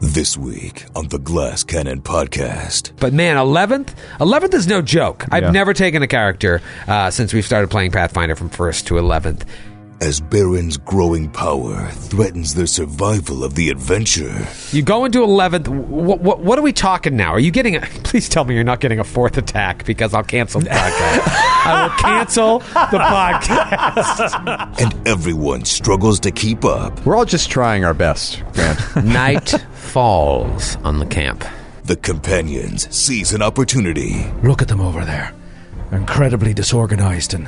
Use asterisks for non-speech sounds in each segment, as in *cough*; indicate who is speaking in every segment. Speaker 1: This week on the Glass Cannon Podcast.
Speaker 2: But man, eleventh, eleventh is no joke. I've
Speaker 3: Yeah.
Speaker 2: never taken a character uh, since we've started playing Pathfinder from first to eleventh.
Speaker 1: As Baron's growing power threatens the survival of the adventure,
Speaker 2: You go into eleventh. What, what, what are we talking now? Are you getting? A, *laughs* please tell me you're not getting a fourth attack because I'll cancel the podcast. I will cancel the podcast.
Speaker 1: and everyone struggles to keep up,
Speaker 3: We're all just trying our best,
Speaker 4: *laughs*
Speaker 2: *laughs*
Speaker 3: Grant.
Speaker 2: Night falls on the camp.
Speaker 1: the companions seize an opportunity.
Speaker 5: Look at them over there. They're incredibly disorganized, and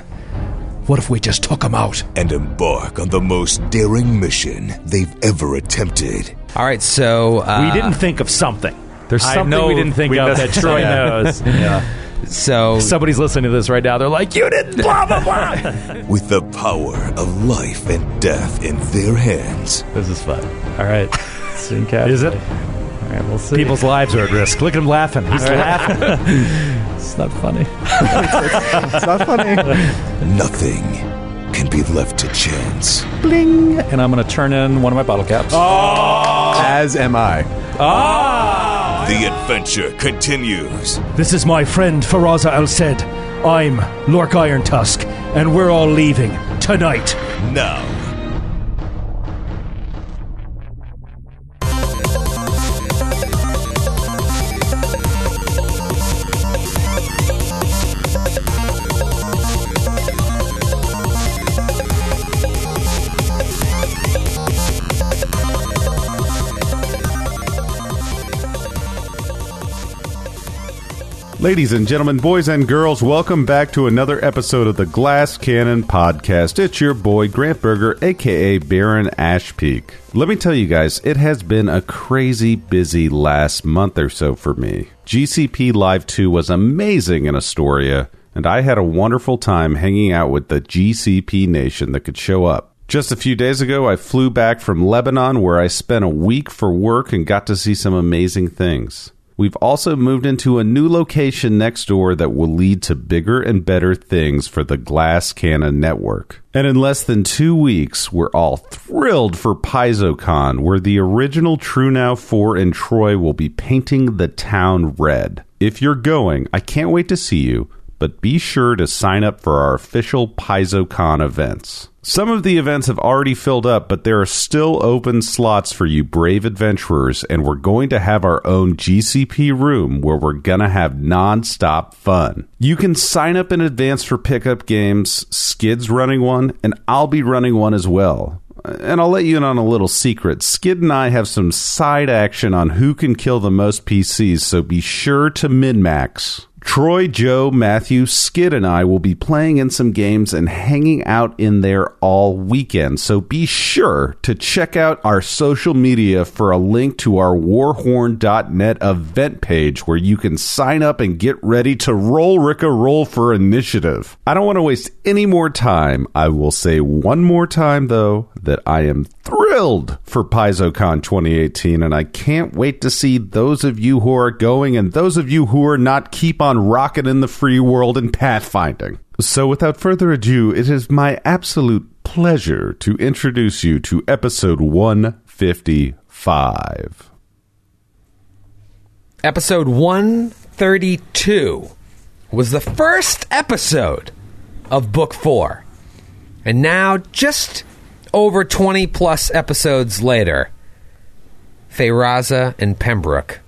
Speaker 5: what if we just took them out?
Speaker 1: and embark on the most daring mission they've ever attempted.
Speaker 2: All right, so uh,
Speaker 6: we didn't
Speaker 7: Ah.
Speaker 6: think of something.
Speaker 7: There's
Speaker 6: I
Speaker 7: something
Speaker 6: know
Speaker 7: we didn't think of
Speaker 6: missed-
Speaker 7: that Troy
Speaker 6: Yeah.
Speaker 7: *laughs* knows.
Speaker 2: So
Speaker 7: Somebody's listening to this right now. They're like, you didn't blah blah blah.
Speaker 1: With the power of life and death in their hands,
Speaker 7: this is fun. All *laughs* right,
Speaker 6: Is it?
Speaker 7: All right, we'll see.
Speaker 6: People's lives are at risk. Look at him laughing. He's laughing.
Speaker 7: it's not funny.
Speaker 3: it's not funny.
Speaker 1: nothing can be left to chance.
Speaker 7: Bling, and I'm gonna turn in one of my bottle caps. Oh,
Speaker 3: *laughs* As am I.
Speaker 1: The adventure continues.
Speaker 5: This is my friend Faraza Al Said. I'm Lork Iron Tusk, and we're all leaving tonight.
Speaker 1: Now,
Speaker 8: Ladies and gentlemen, boys and girls, welcome back to another episode of the Glass Cannon Podcast. It's your boy, Grant Berger, aka Baron Ashpeak. Let me tell you guys, it has been a crazy busy last month or so for me. GCP Live 2 was amazing in Astoria, and I had a wonderful time hanging out with the GCP nation that could show up. Just a few days ago, I flew back from Lebanon where I spent a week for work and got to see some amazing things. We've also moved into a new location next door that will lead to bigger and better things for the Glass Cannon Network. And in less than two weeks, we're all thrilled for PaizoCon, where the original True Now 4 and Troy will be painting the town red. If you're going, I can't wait to see you but be sure to sign up for our official PaizoCon events. Some of the events have already filled up, but there are still open slots for you brave adventurers, and we're going to have our own GCP room where we're going to have nonstop fun. You can sign up in advance for pickup games, Skid's running one, and I'll be running one as well. And I'll let you in on a little secret. Skid and I have some side action on who can kill the most PCs, so be sure to min max. Troy, Joe, Matthew, Skid, and I will be playing in some games and hanging out in there all weekend. So be sure to check out our social media for a link to our warhorn.net event page where you can sign up and get ready to roll Ricka roll for initiative. I don't want to waste any more time. I will say one more time, though, that I am thrilled for PaizoCon 2018, and I can't wait to see those of you who are going and those of you who are not keep on rocking in the free world and pathfinding. So, without further ado, it is my absolute pleasure to introduce you to episode 155.
Speaker 2: episode 132 was the first episode of book 4 and now just over 20 plus episodes later Feyraza and Pembroke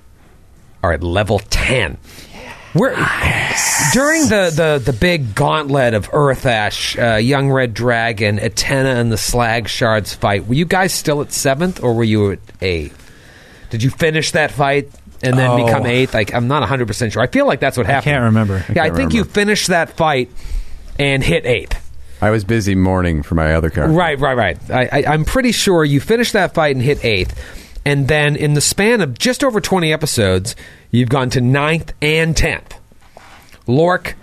Speaker 2: are at level 10 we're during the, the, the big gauntlet of Earth Ash, uh, Young Red Dragon, Atena, and the Slag Shards fight. Were you guys still at seventh, or were you at eighth? Did you finish that fight and then
Speaker 5: Oh.
Speaker 2: become eighth? Like I'm not 100 percent sure. I feel like that's what happened.
Speaker 5: can't remember. I
Speaker 2: yeah, I
Speaker 3: can't
Speaker 2: think you finished that fight and hit eighth.
Speaker 3: I was busy mourning for my other character.
Speaker 2: Right, right, right. I, I, I'm pretty sure you finished that fight and hit eighth. And then in the span of just over 20 episodes, you've gone to ninth and 10th. Lork,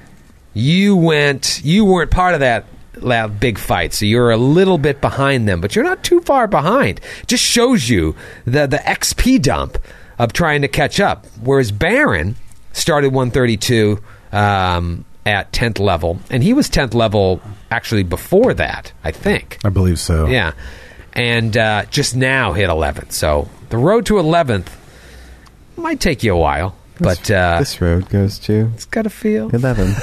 Speaker 2: you went, you weren't part of that la- big fight, so you're a little bit behind them, but you're not too far behind. Just shows you the, the XP dump of trying to catch up. Whereas Baron started 132 um, at 10th level, and he was 10th level actually before that, I think.
Speaker 8: I believe so.
Speaker 2: Yeah. And uh, just now hit 11th. So the road to 11th Might take you a while, but uh,
Speaker 4: This road goes to
Speaker 2: it's got to feel.
Speaker 4: 11.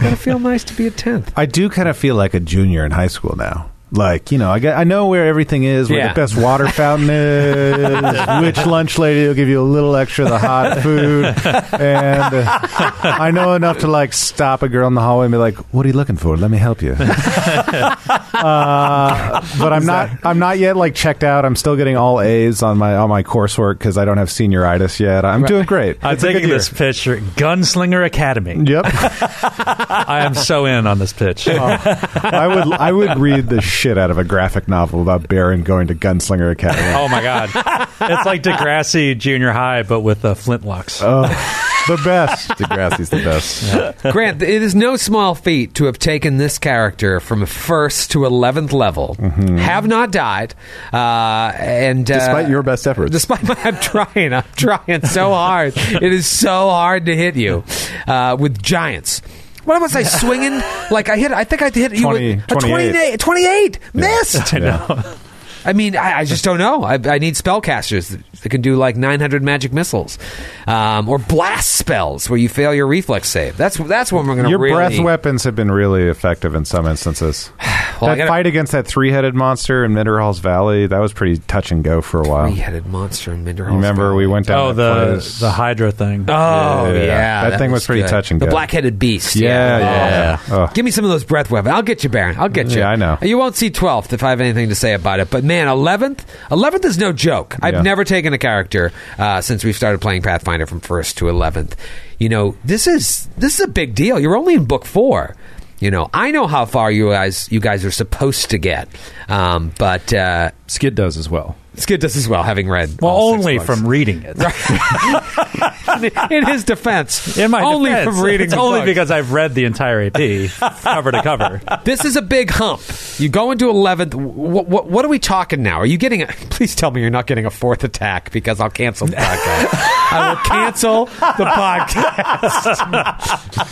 Speaker 2: got to feel nice to be a tenth.
Speaker 8: I do kind of feel like a junior in high school now. Like you know, I, get, I know where everything is, where
Speaker 2: Yeah.
Speaker 8: the best water fountain is, which lunch lady will give you a little extra of the hot food, and uh, I know enough to like stop a girl in the hallway and be like, "What are you looking for? Let me help you." uh, but I'm not. I'm not yet like checked out. I'm still getting all A's on my on my coursework because I don't have senioritis yet. I'm doing great.
Speaker 6: I'm
Speaker 8: It's a good
Speaker 6: taking
Speaker 8: year.
Speaker 6: this picture. Gunslinger Academy.
Speaker 8: Yep.
Speaker 7: I am so in on this pitch. Oh
Speaker 8: I would I would read the shit out of a graphic novel about Baron going to Gunslinger Academy.
Speaker 7: Oh my god, it's like Degrassi Junior High, but with uh, flintlocks.
Speaker 8: Oh, The best.
Speaker 4: Degrassi's the best.
Speaker 2: *laughs* Grant, it is no small feat to have taken this character from first to eleventh level, have not died, uh, and uh,
Speaker 4: Despite your best efforts.
Speaker 2: Mm-hmm. Despite my, I'm trying, I'm trying so hard. it is so hard to hit you uh, with giants. What was I *laughs* swinging? Like I hit, I think I hit you
Speaker 8: 20,
Speaker 2: with a 28, 28 missed. I know. I mean, I, I just don't know. I, I need spellcasters that can do like 900 magic missiles, um, or blast spells where you fail your reflex save. That's that's when we're going to
Speaker 8: Your
Speaker 2: really.
Speaker 8: breath weapons have been really effective in some instances.
Speaker 2: Well, I
Speaker 8: that
Speaker 2: gotta-
Speaker 8: fight against that three-headed monster in Minderhall's Valley, that was pretty touch and go for a while.
Speaker 2: Three-headed monster in Minderhall.
Speaker 8: Remember we went down
Speaker 7: oh,
Speaker 8: that
Speaker 7: the
Speaker 8: place?
Speaker 7: the Hydra thing.
Speaker 2: Oh yeah,
Speaker 8: Yeah, that thing was pretty
Speaker 2: good.
Speaker 8: touch and
Speaker 2: The
Speaker 8: go.
Speaker 2: black-headed beast.
Speaker 8: Yeah, yeah. Oh.
Speaker 2: Give me some of those breath weapons. I'll get you, Baron. I'll get you.
Speaker 8: Yeah, I know.
Speaker 2: You won't see 12th if I have anything to say about it. But man, 11th? 11th is no joke. I've
Speaker 8: Yeah.
Speaker 2: never taken a character uh, since we've started playing Pathfinder from 1st to 11th. You know, this is this is a big deal. You're only in book 4. You know, I know how far you guys you guys are supposed to get. Um, but uh,
Speaker 6: Skid does as well.
Speaker 2: Skid does as well having read
Speaker 7: well,
Speaker 2: all six
Speaker 7: only
Speaker 2: books.
Speaker 7: from reading it.
Speaker 2: *laughs* in his defense.
Speaker 7: In my
Speaker 2: only
Speaker 7: defense,
Speaker 2: from reading
Speaker 7: it's
Speaker 2: the
Speaker 7: only
Speaker 2: book.
Speaker 7: because I've read the entire AP cover to cover.
Speaker 2: this is a big hump. You go into eleventh. What, what, what are we talking now? Are you getting? A, *laughs* please tell me you're not getting a fourth attack because I'll cancel the podcast. *laughs* I will cancel the *laughs*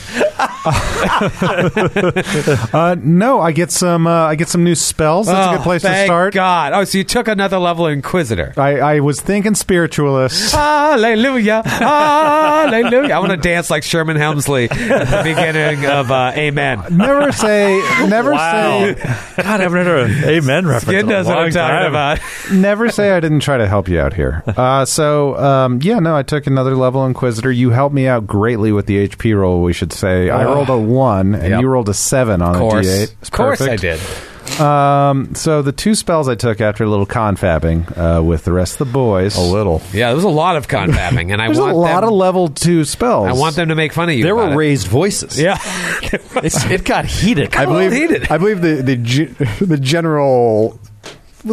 Speaker 2: podcast.
Speaker 8: Uh, no, I get some uh, I get some new spells. That's a good place to
Speaker 2: Oh, thank
Speaker 8: start.
Speaker 2: God. Oh, so you took another level of Inquisitor.
Speaker 8: I, I was thinking
Speaker 2: *laughs*
Speaker 8: spiritualist.
Speaker 2: Hallelujah! Hallelujah! I *laughs* want to dance like Sherman Helmsley at the beginning of uh, Amen.
Speaker 8: Never say never say
Speaker 7: Wow. God, I've read an amen reference.
Speaker 2: Skid
Speaker 7: in a
Speaker 2: knows what
Speaker 7: long
Speaker 2: I'm talking
Speaker 7: time.
Speaker 2: about.
Speaker 8: Never say I didn't try to help you out
Speaker 2: *laughs*
Speaker 8: here. Uh, so um, yeah, no, I took another level Inquisitor. You helped me out greatly with the HP roll. We should say I rolled a one and
Speaker 2: Yep.
Speaker 8: you rolled a seven on
Speaker 2: Of course,
Speaker 8: a D8.
Speaker 2: of course, I did.
Speaker 8: Um, so the two spells I took after a little confabbing uh, with the rest of the boys. A little.
Speaker 2: Yeah, there was a lot of
Speaker 8: *laughs*
Speaker 2: confabbing, and I
Speaker 8: There's a
Speaker 2: Oh, want
Speaker 8: lot
Speaker 2: them,
Speaker 8: of level two spells.
Speaker 2: I want them to make fun of you.
Speaker 6: There
Speaker 2: about
Speaker 6: were
Speaker 2: it.
Speaker 6: raised voices.
Speaker 2: Yeah.
Speaker 6: It's, it got heated.
Speaker 4: I believe,
Speaker 2: heated.
Speaker 4: I believe the the, ge- *laughs* the general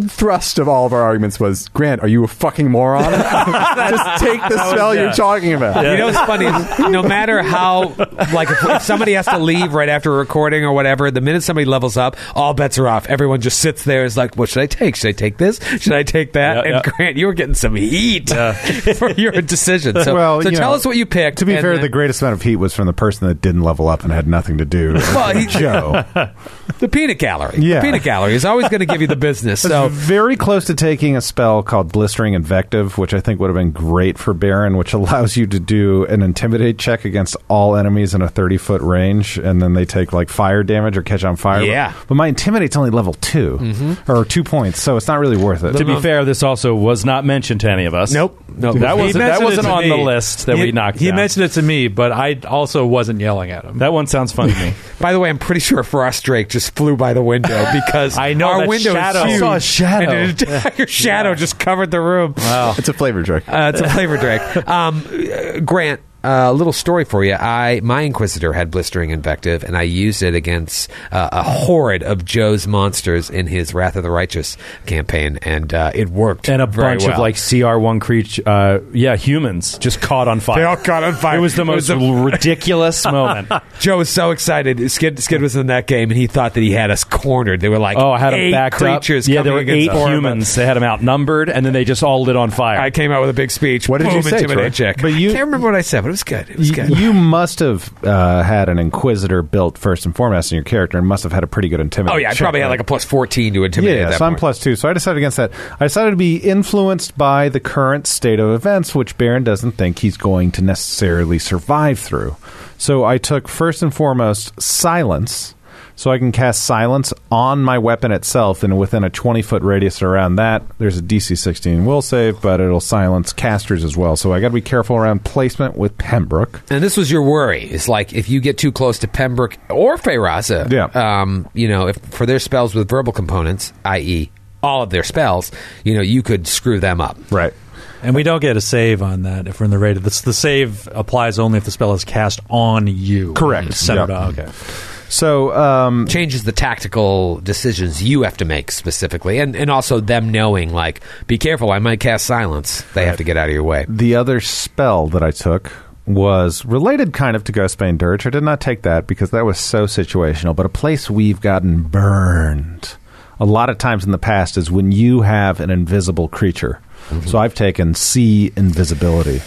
Speaker 4: thrust of all of our arguments was Grant, are you a fucking
Speaker 3: *laughs*
Speaker 4: moron? Just take the spell you're talking about.
Speaker 2: You know what's
Speaker 8: *laughs*
Speaker 2: funny? is No matter how, like, if, if somebody has to leave right after a recording or whatever, the minute somebody levels up, all bets are off. Everyone just sits there. Is like, what should I take? Should I take this? Should I take that?
Speaker 7: Yeah,
Speaker 2: and
Speaker 7: yeah.
Speaker 2: Grant, you were getting some heat *laughs* for your decision. So,
Speaker 8: Well,
Speaker 2: so
Speaker 8: you
Speaker 2: tell
Speaker 8: know,
Speaker 2: us what you picked.
Speaker 8: To be
Speaker 2: and
Speaker 8: fair,
Speaker 2: then-
Speaker 8: the greatest amount of heat was from the person that didn't level up and had nothing to
Speaker 2: *laughs*
Speaker 8: do.
Speaker 2: Well, he- *laughs*
Speaker 8: Joe.
Speaker 2: the peanut gallery.
Speaker 8: Yeah.
Speaker 2: The peanut gallery is always going to give you
Speaker 8: *laughs*
Speaker 2: the business.
Speaker 8: I
Speaker 2: So
Speaker 8: was very close to taking a spell called Blistering Invective, which I think would have been great for Baron, which *laughs* allows you to do an intimidate check against all enemies in a thirty foot range, and then they take like fire damage or catch on fire.
Speaker 2: Yeah. Mm-hmm.
Speaker 8: but my intimidate's only level 2 or two points, so it's not really worth it.
Speaker 6: To be fair, this also was not mentioned to any of us.
Speaker 2: Nope. Nope.
Speaker 6: That
Speaker 2: He
Speaker 6: wasn't, that
Speaker 7: mentioned it
Speaker 6: wasn't
Speaker 7: to
Speaker 6: on
Speaker 7: me.
Speaker 6: the list that
Speaker 7: he,
Speaker 6: we knocked
Speaker 7: He
Speaker 6: down.
Speaker 7: mentioned it to me, but I also wasn't yelling at him.
Speaker 6: that one sounds fun to me.
Speaker 2: by the way, I'm pretty sure Frost Drake just flew by
Speaker 8: *laughs*
Speaker 2: the window *laughs* because
Speaker 7: I know,
Speaker 2: our
Speaker 7: that
Speaker 2: window
Speaker 7: shadow.
Speaker 2: is huge.
Speaker 6: *laughs*
Speaker 2: *laughs*
Speaker 7: I saw a
Speaker 2: And
Speaker 6: shadow.
Speaker 2: an entire shadow just covered the room.
Speaker 4: It's a flavor
Speaker 8: *laughs*
Speaker 4: drink.
Speaker 2: Uh, it's a flavor drink. Um, uh, Grant, a little story for you. I my Inquisitor had blistering invective, and I used it against uh, a horde of Joe's monsters in his Wrath of the Righteous campaign, and uh, it worked.
Speaker 6: *laughs* and a
Speaker 2: very
Speaker 6: bunch of
Speaker 2: well.
Speaker 6: like CR1 creature, uh, yeah, humans just caught on fire.
Speaker 2: They all caught on fire.
Speaker 6: It was the
Speaker 2: *laughs*
Speaker 6: most ridiculous moment.
Speaker 2: Joe was so excited. Skid Skid was in that game, and he thought that he had us cornered. They were like,
Speaker 6: Oh, I had
Speaker 2: eight
Speaker 6: them backed
Speaker 2: creatures.
Speaker 6: up. Yeah,
Speaker 2: coming
Speaker 6: there were
Speaker 2: against
Speaker 6: eight
Speaker 2: us.
Speaker 6: humans. They had them outnumbered, and then they just all lit on fire.
Speaker 2: I came out with a big speech.
Speaker 4: What did
Speaker 2: Boom,
Speaker 4: you say,
Speaker 2: intimidate
Speaker 4: Troy?
Speaker 2: check.
Speaker 8: But you-
Speaker 2: I can't remember what I said. What it was good. It was
Speaker 8: You,
Speaker 2: good.
Speaker 8: you must have uh, had an Inquisitor built first and foremost in your character, and must have had a pretty good intimidate.
Speaker 2: oh yeah, I
Speaker 8: check,
Speaker 2: probably had
Speaker 8: right?
Speaker 2: like a plus fourteen to
Speaker 8: Yeah,
Speaker 2: intimidate.
Speaker 8: yeah,
Speaker 2: at that
Speaker 8: so I'm
Speaker 2: point.
Speaker 8: plus two. So I decided against that. I decided to be influenced by the current state of events, which Baron doesn't think he's going to necessarily survive through. So I took first and foremost silence, so I can cast silence on my weapon itself, and within a 20 foot radius around that, there's a DC 16 will save, but it'll silence casters as well. So I got to be careful around placement with Pembroke.
Speaker 2: And this was your worry. It's like if you get too close to Pembroke or Feyraza,
Speaker 8: Yeah.
Speaker 2: um, you know, if for their spells with verbal components, i.e., all of their spells, you know, you could screw them up.
Speaker 8: Right.
Speaker 7: And we don't get a save on that if we're in the raid. The, the save applies only if the spell is cast on you.
Speaker 8: Correct.
Speaker 7: Centered
Speaker 8: Yeah.
Speaker 7: on- Okay.
Speaker 8: So um,
Speaker 2: Changes the tactical decisions you have to make specifically, and, and also them knowing, like, be careful, I might cast silence. They have to get out of your way.
Speaker 8: the other spell that I took was related kind of to Ghostbane Dirge. I did not take that because that was so situational, but a place we've gotten burned a lot of times in the past is when you have an invisible creature.
Speaker 6: Mm-hmm.
Speaker 8: So I've taken sea invisibility.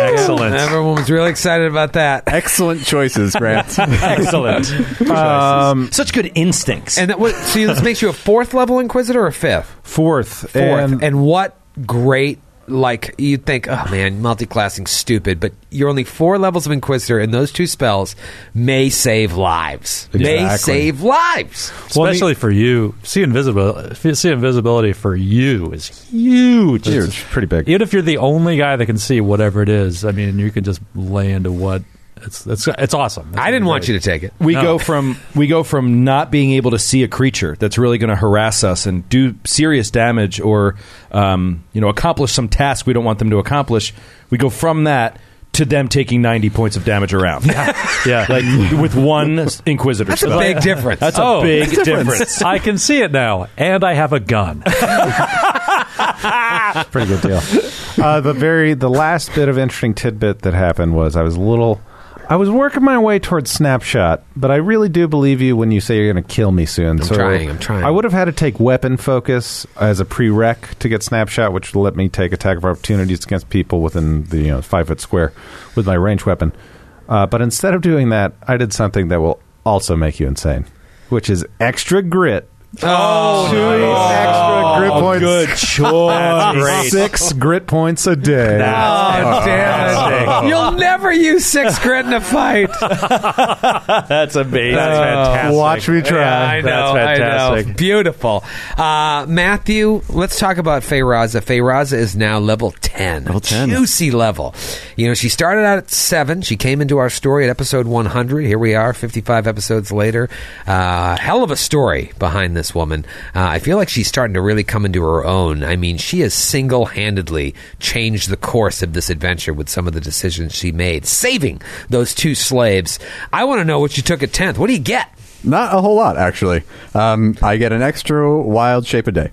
Speaker 7: Excellent.
Speaker 2: Everyone was really excited about that.
Speaker 4: Excellent choices,
Speaker 3: *laughs*
Speaker 4: Grant.
Speaker 3: Oh,
Speaker 6: *laughs* Excellent.
Speaker 8: Um,
Speaker 6: Such good instincts.
Speaker 2: And that was, so this makes you a fourth level inquisitor or a fifth?
Speaker 8: fourth,
Speaker 2: fourth. And,
Speaker 8: and
Speaker 2: what great like you think, oh man, multi-classing stupid, but you're only four levels of Inquisitor, and those two spells may save lives. May
Speaker 8: Exactly.
Speaker 2: save lives.
Speaker 7: Especially for you, see invisibility. See invisibility for you is huge.
Speaker 8: huge, pretty big.
Speaker 7: Even if you're the only guy that can see whatever it is, I mean, you can just lay into what it's. It's, it's awesome.
Speaker 2: I didn't want you to take it.
Speaker 6: we
Speaker 7: No.
Speaker 8: Oh.
Speaker 6: go from we go from not being able to see a creature that's really going to harass us and do serious damage or um, you know accomplish some task we don't want them to accomplish. We go from that to them taking ninety points of damage around.
Speaker 7: Yeah.
Speaker 6: like with one *laughs* inquisitor.
Speaker 2: That's a
Speaker 6: spell.
Speaker 2: big difference.
Speaker 6: That's a
Speaker 7: Oh,
Speaker 6: big
Speaker 7: that's
Speaker 6: difference.
Speaker 7: I can see it now, and I have a gun.
Speaker 8: pretty good deal. uh, the very the last bit of interesting tidbit that happened was I was a little I was working my way towards snapshot, but I really do believe you when you say you're going to kill me soon. I'm so
Speaker 2: trying, I'm trying.
Speaker 8: I would have had to take weapon focus as a prereq to get snapshot, which would let me take attack of opportunities against people within the you know, five foot square with my range weapon. Uh, but instead of doing that, I did something that will also make you insane, which is extra grit.
Speaker 2: oh,
Speaker 8: extra grit
Speaker 6: Oh,
Speaker 8: points.
Speaker 3: *laughs*
Speaker 6: good
Speaker 7: Oh,
Speaker 6: choice.
Speaker 8: Six grit points a day.
Speaker 2: *laughs* damn it. You'll never use six grit in a fight.
Speaker 6: That's amazing.
Speaker 8: Watch me try.
Speaker 2: Yeah, I know. I know.
Speaker 6: That's fantastic.
Speaker 2: Beautiful. Uh, Matthew, let's talk about Feyraza. Feyraza is now level 10. Level
Speaker 9: 10.
Speaker 2: Juicy level. You know, she started out at 7. She came into our story at episode 100. Here we are, 55 episodes later. Uh, hell of a story behind this woman. Uh, I feel like she's starting to really come into her own. I mean, she has single handedly changed the course of this adventure with some of the decisions she made, saving those two slaves. I want to know what you took at 10th. What do you get?
Speaker 4: Not a whole lot, actually. Um, I get an extra wild shape a day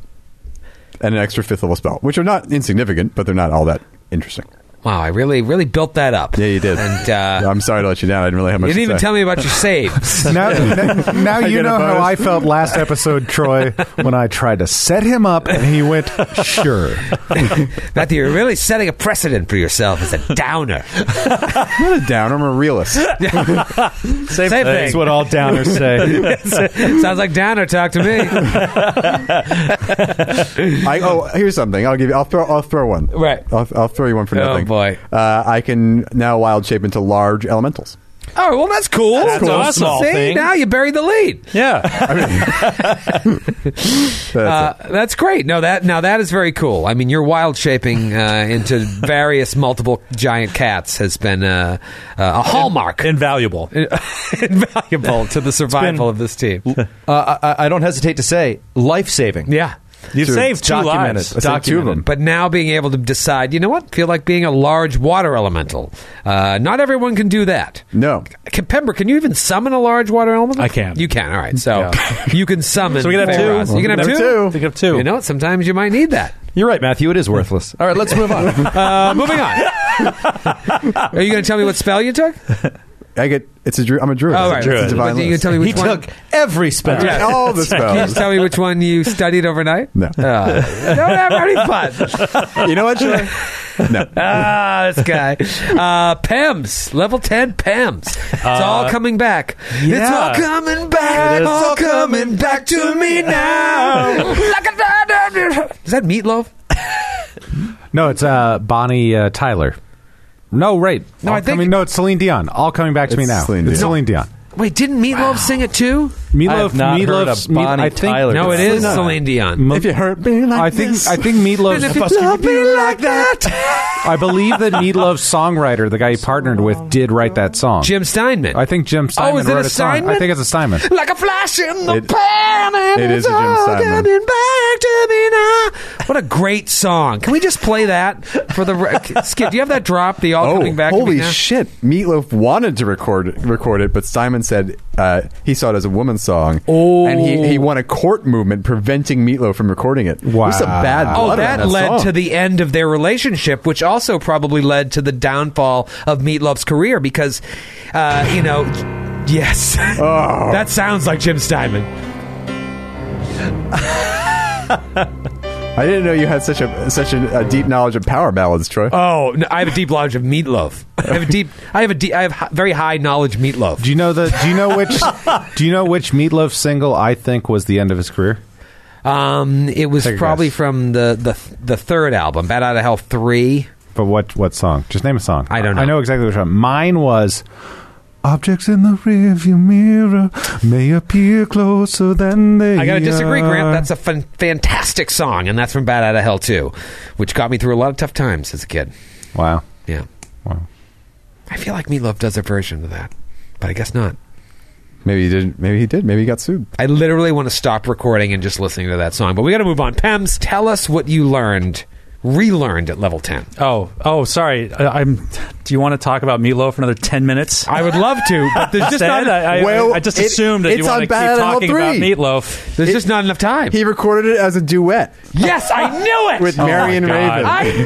Speaker 4: and an extra fifth level spell, which are not insignificant, but they're not all that interesting.
Speaker 2: Wow, I really, really built that
Speaker 4: *laughs*
Speaker 2: up.
Speaker 4: Yeah, you did.
Speaker 2: And uh,
Speaker 4: I'm sorry to let you down. I didn't really have
Speaker 2: you
Speaker 4: much.
Speaker 2: didn't
Speaker 4: to
Speaker 2: even
Speaker 4: say.
Speaker 2: tell me about
Speaker 4: *laughs*
Speaker 2: your saves.
Speaker 8: Now, now, now you
Speaker 4: get a
Speaker 8: know how
Speaker 4: bonus.
Speaker 8: I felt last episode, Troy, when I tried to set him up and he went, sure.
Speaker 2: Matthew, you're really setting a precedent for yourself as a downer.
Speaker 4: I'm not a downer. I'm a
Speaker 2: *laughs*
Speaker 4: realist.
Speaker 2: Same,
Speaker 6: That's what all downers say.
Speaker 2: *laughs* Sounds like downer talk to
Speaker 6: *laughs*
Speaker 2: me.
Speaker 4: I, oh, here's something. I'll give you. I'll throw. I'll throw one.
Speaker 2: Right.
Speaker 4: I'll, I'll throw you one for
Speaker 2: Oh,
Speaker 4: nothing.
Speaker 2: boy.
Speaker 4: Uh, I can now wild shape into large elementals.
Speaker 2: *laughs* Oh, well, that's cool. That's
Speaker 6: cool. awesome. Small
Speaker 2: See,
Speaker 6: thing.
Speaker 2: now you buried the lead.
Speaker 6: yeah.
Speaker 4: That's
Speaker 2: Uh, that's great. No, that now that is very cool. I mean, your wild shaping uh, into various multiple giant cats has been uh, uh, a hallmark,
Speaker 7: Invaluable.
Speaker 2: *laughs* invaluable to the survival of this
Speaker 6: *laughs*
Speaker 2: team.
Speaker 6: Uh, I, I don't hesitate to say life saving.
Speaker 2: Yeah.
Speaker 7: You saved two
Speaker 6: documented.
Speaker 7: lives.
Speaker 4: I saved two of them.
Speaker 2: But now being able to decide, you know what, feel like being a large water elemental. Uh, not everyone can do that.
Speaker 4: No.
Speaker 2: Can, Pembroke, can you even summon a large water elemental?
Speaker 7: I can.
Speaker 2: You can. All right. So *laughs* you can summon.
Speaker 7: So we can have
Speaker 2: Feyraz.
Speaker 7: two.
Speaker 2: You can have
Speaker 4: Have
Speaker 2: two.
Speaker 4: two.
Speaker 7: Think of two.
Speaker 2: You know what? Sometimes you might need that.
Speaker 6: You're right, Matthew. It is worthless. All right, let's move on.
Speaker 2: Uh, *laughs* moving on.
Speaker 7: *laughs*
Speaker 2: Are you going to tell me what spell you took?
Speaker 4: I get. It's a. dru- I'm a druid.
Speaker 2: All
Speaker 4: It's
Speaker 2: right.
Speaker 4: a divine
Speaker 2: But you can
Speaker 4: list.
Speaker 2: tell me which
Speaker 6: he
Speaker 2: one.
Speaker 6: took every spell.
Speaker 2: Yeah.
Speaker 4: all
Speaker 2: *laughs*
Speaker 4: the
Speaker 2: Can you just
Speaker 4: spells.
Speaker 2: tell me which one you studied overnight?
Speaker 4: No.
Speaker 2: Uh, don't have any fun.
Speaker 4: you know what? Troy?
Speaker 10: No.
Speaker 2: ah, this guy. Uh, PEMS, level 10 PEMS. It's all coming back. It's all coming back. It's all coming back to me now. Like a da- da- da- Is that meatloaf?
Speaker 8: No, it's uh, Bonnie uh, Tyler. No, right.
Speaker 2: No,
Speaker 8: All
Speaker 2: I think-
Speaker 8: coming- no, it's Celine Dion. All coming back to me
Speaker 10: It's
Speaker 8: now.
Speaker 10: Celine
Speaker 8: it's
Speaker 10: Dion.
Speaker 8: Celine Dion.
Speaker 2: Wait, didn't Meatloaf sing it too?
Speaker 8: Meatloaf,
Speaker 6: I have not heard
Speaker 8: Meatloaf's-
Speaker 6: of Bonnie
Speaker 8: I think,
Speaker 6: Tyler.
Speaker 2: No, it is
Speaker 8: No.
Speaker 2: Celine Dion.
Speaker 8: Mo-
Speaker 4: If you hurt me like
Speaker 8: I think
Speaker 4: this.
Speaker 8: I think Meatloaf's
Speaker 2: And if you love me like that.
Speaker 8: I believe that Meatloaf's songwriter, the guy he partnered with, did write that song.
Speaker 2: Jim Steinman.
Speaker 8: I think Jim Steinman
Speaker 2: Oh, is it a
Speaker 8: wrote a song.
Speaker 2: Steinman?
Speaker 8: I think it's a
Speaker 2: *laughs*
Speaker 8: Steinman.
Speaker 2: like a flash in the
Speaker 10: It-
Speaker 2: pan, and
Speaker 10: it is
Speaker 2: it's
Speaker 10: a Jim
Speaker 2: all
Speaker 10: Steinman.
Speaker 2: coming back to me now. What a great song! Can we just play that for the
Speaker 10: *laughs*
Speaker 2: re- skip? Do you have that drop? The all coming
Speaker 10: Oh,
Speaker 2: back. to me
Speaker 4: Oh, holy
Speaker 2: now?
Speaker 4: shit! Meatloaf wanted to record it, record it, but Simon said uh, he saw it as a woman's song.
Speaker 2: Oh.
Speaker 4: and he, he won a court movement preventing Meatloaf from recording it.
Speaker 8: Wow.
Speaker 4: There's some bad
Speaker 2: Oh,
Speaker 4: blood
Speaker 2: that,
Speaker 4: on that
Speaker 2: led
Speaker 4: song.
Speaker 2: to the end of their relationship, which also probably led to the downfall of Meatloaf's career because, uh, you know, yes,
Speaker 10: *laughs* Oh.
Speaker 2: that sounds like Jim Steinman.
Speaker 4: I didn't know you had such a such a, a deep knowledge of power ballads, Troy.
Speaker 2: Oh, no, I have a deep knowledge of Meatloaf. I have a deep, I have a deep, I have hi- very high knowledge of Meatloaf.
Speaker 8: Do you know the? Do you know which? do you know which Meatloaf single I think was the end of his career?
Speaker 2: Um, it was
Speaker 8: Take a
Speaker 2: probably
Speaker 8: guess.
Speaker 2: from the, the the third album, Bad Out of Hell three.
Speaker 8: But what? What song? Just name a song.
Speaker 2: I don't know.
Speaker 8: I know exactly which one. Mine was. Objects in the rearview mirror may appear closer than they.
Speaker 2: I gotta disagree,
Speaker 8: are.
Speaker 2: Grant. That's a fan- fantastic song, and that's from Bad Out of Hell two, which got me through a lot of tough times as a kid.
Speaker 8: wow.
Speaker 2: Yeah,
Speaker 8: Wow.
Speaker 2: I feel like Meatloaf does a version of that, but I guess not.
Speaker 4: Maybe he didn't. Maybe he did. Maybe he got sued.
Speaker 2: I literally want to stop recording and just listening to that song. But we gotta move on. Pems, tell us what you learned, relearned at level ten.
Speaker 7: Oh, oh, sorry. I, I'm. Do you want to talk about meatloaf for another ten minutes?
Speaker 2: I would love to, *laughs* but there's just
Speaker 7: Instead,
Speaker 2: not
Speaker 7: I, I-
Speaker 4: Well,
Speaker 7: I just
Speaker 4: it-
Speaker 7: assumed that you
Speaker 4: it's
Speaker 7: want to
Speaker 4: on
Speaker 7: keep
Speaker 4: Bad Animal
Speaker 7: talking about
Speaker 4: 3.
Speaker 7: meatloaf.
Speaker 2: there's just not enough *laughs* time.
Speaker 4: He recorded it as a duet
Speaker 2: yes, I knew it.
Speaker 4: with Marion
Speaker 7: God.
Speaker 4: Raven.
Speaker 2: I knew *laughs*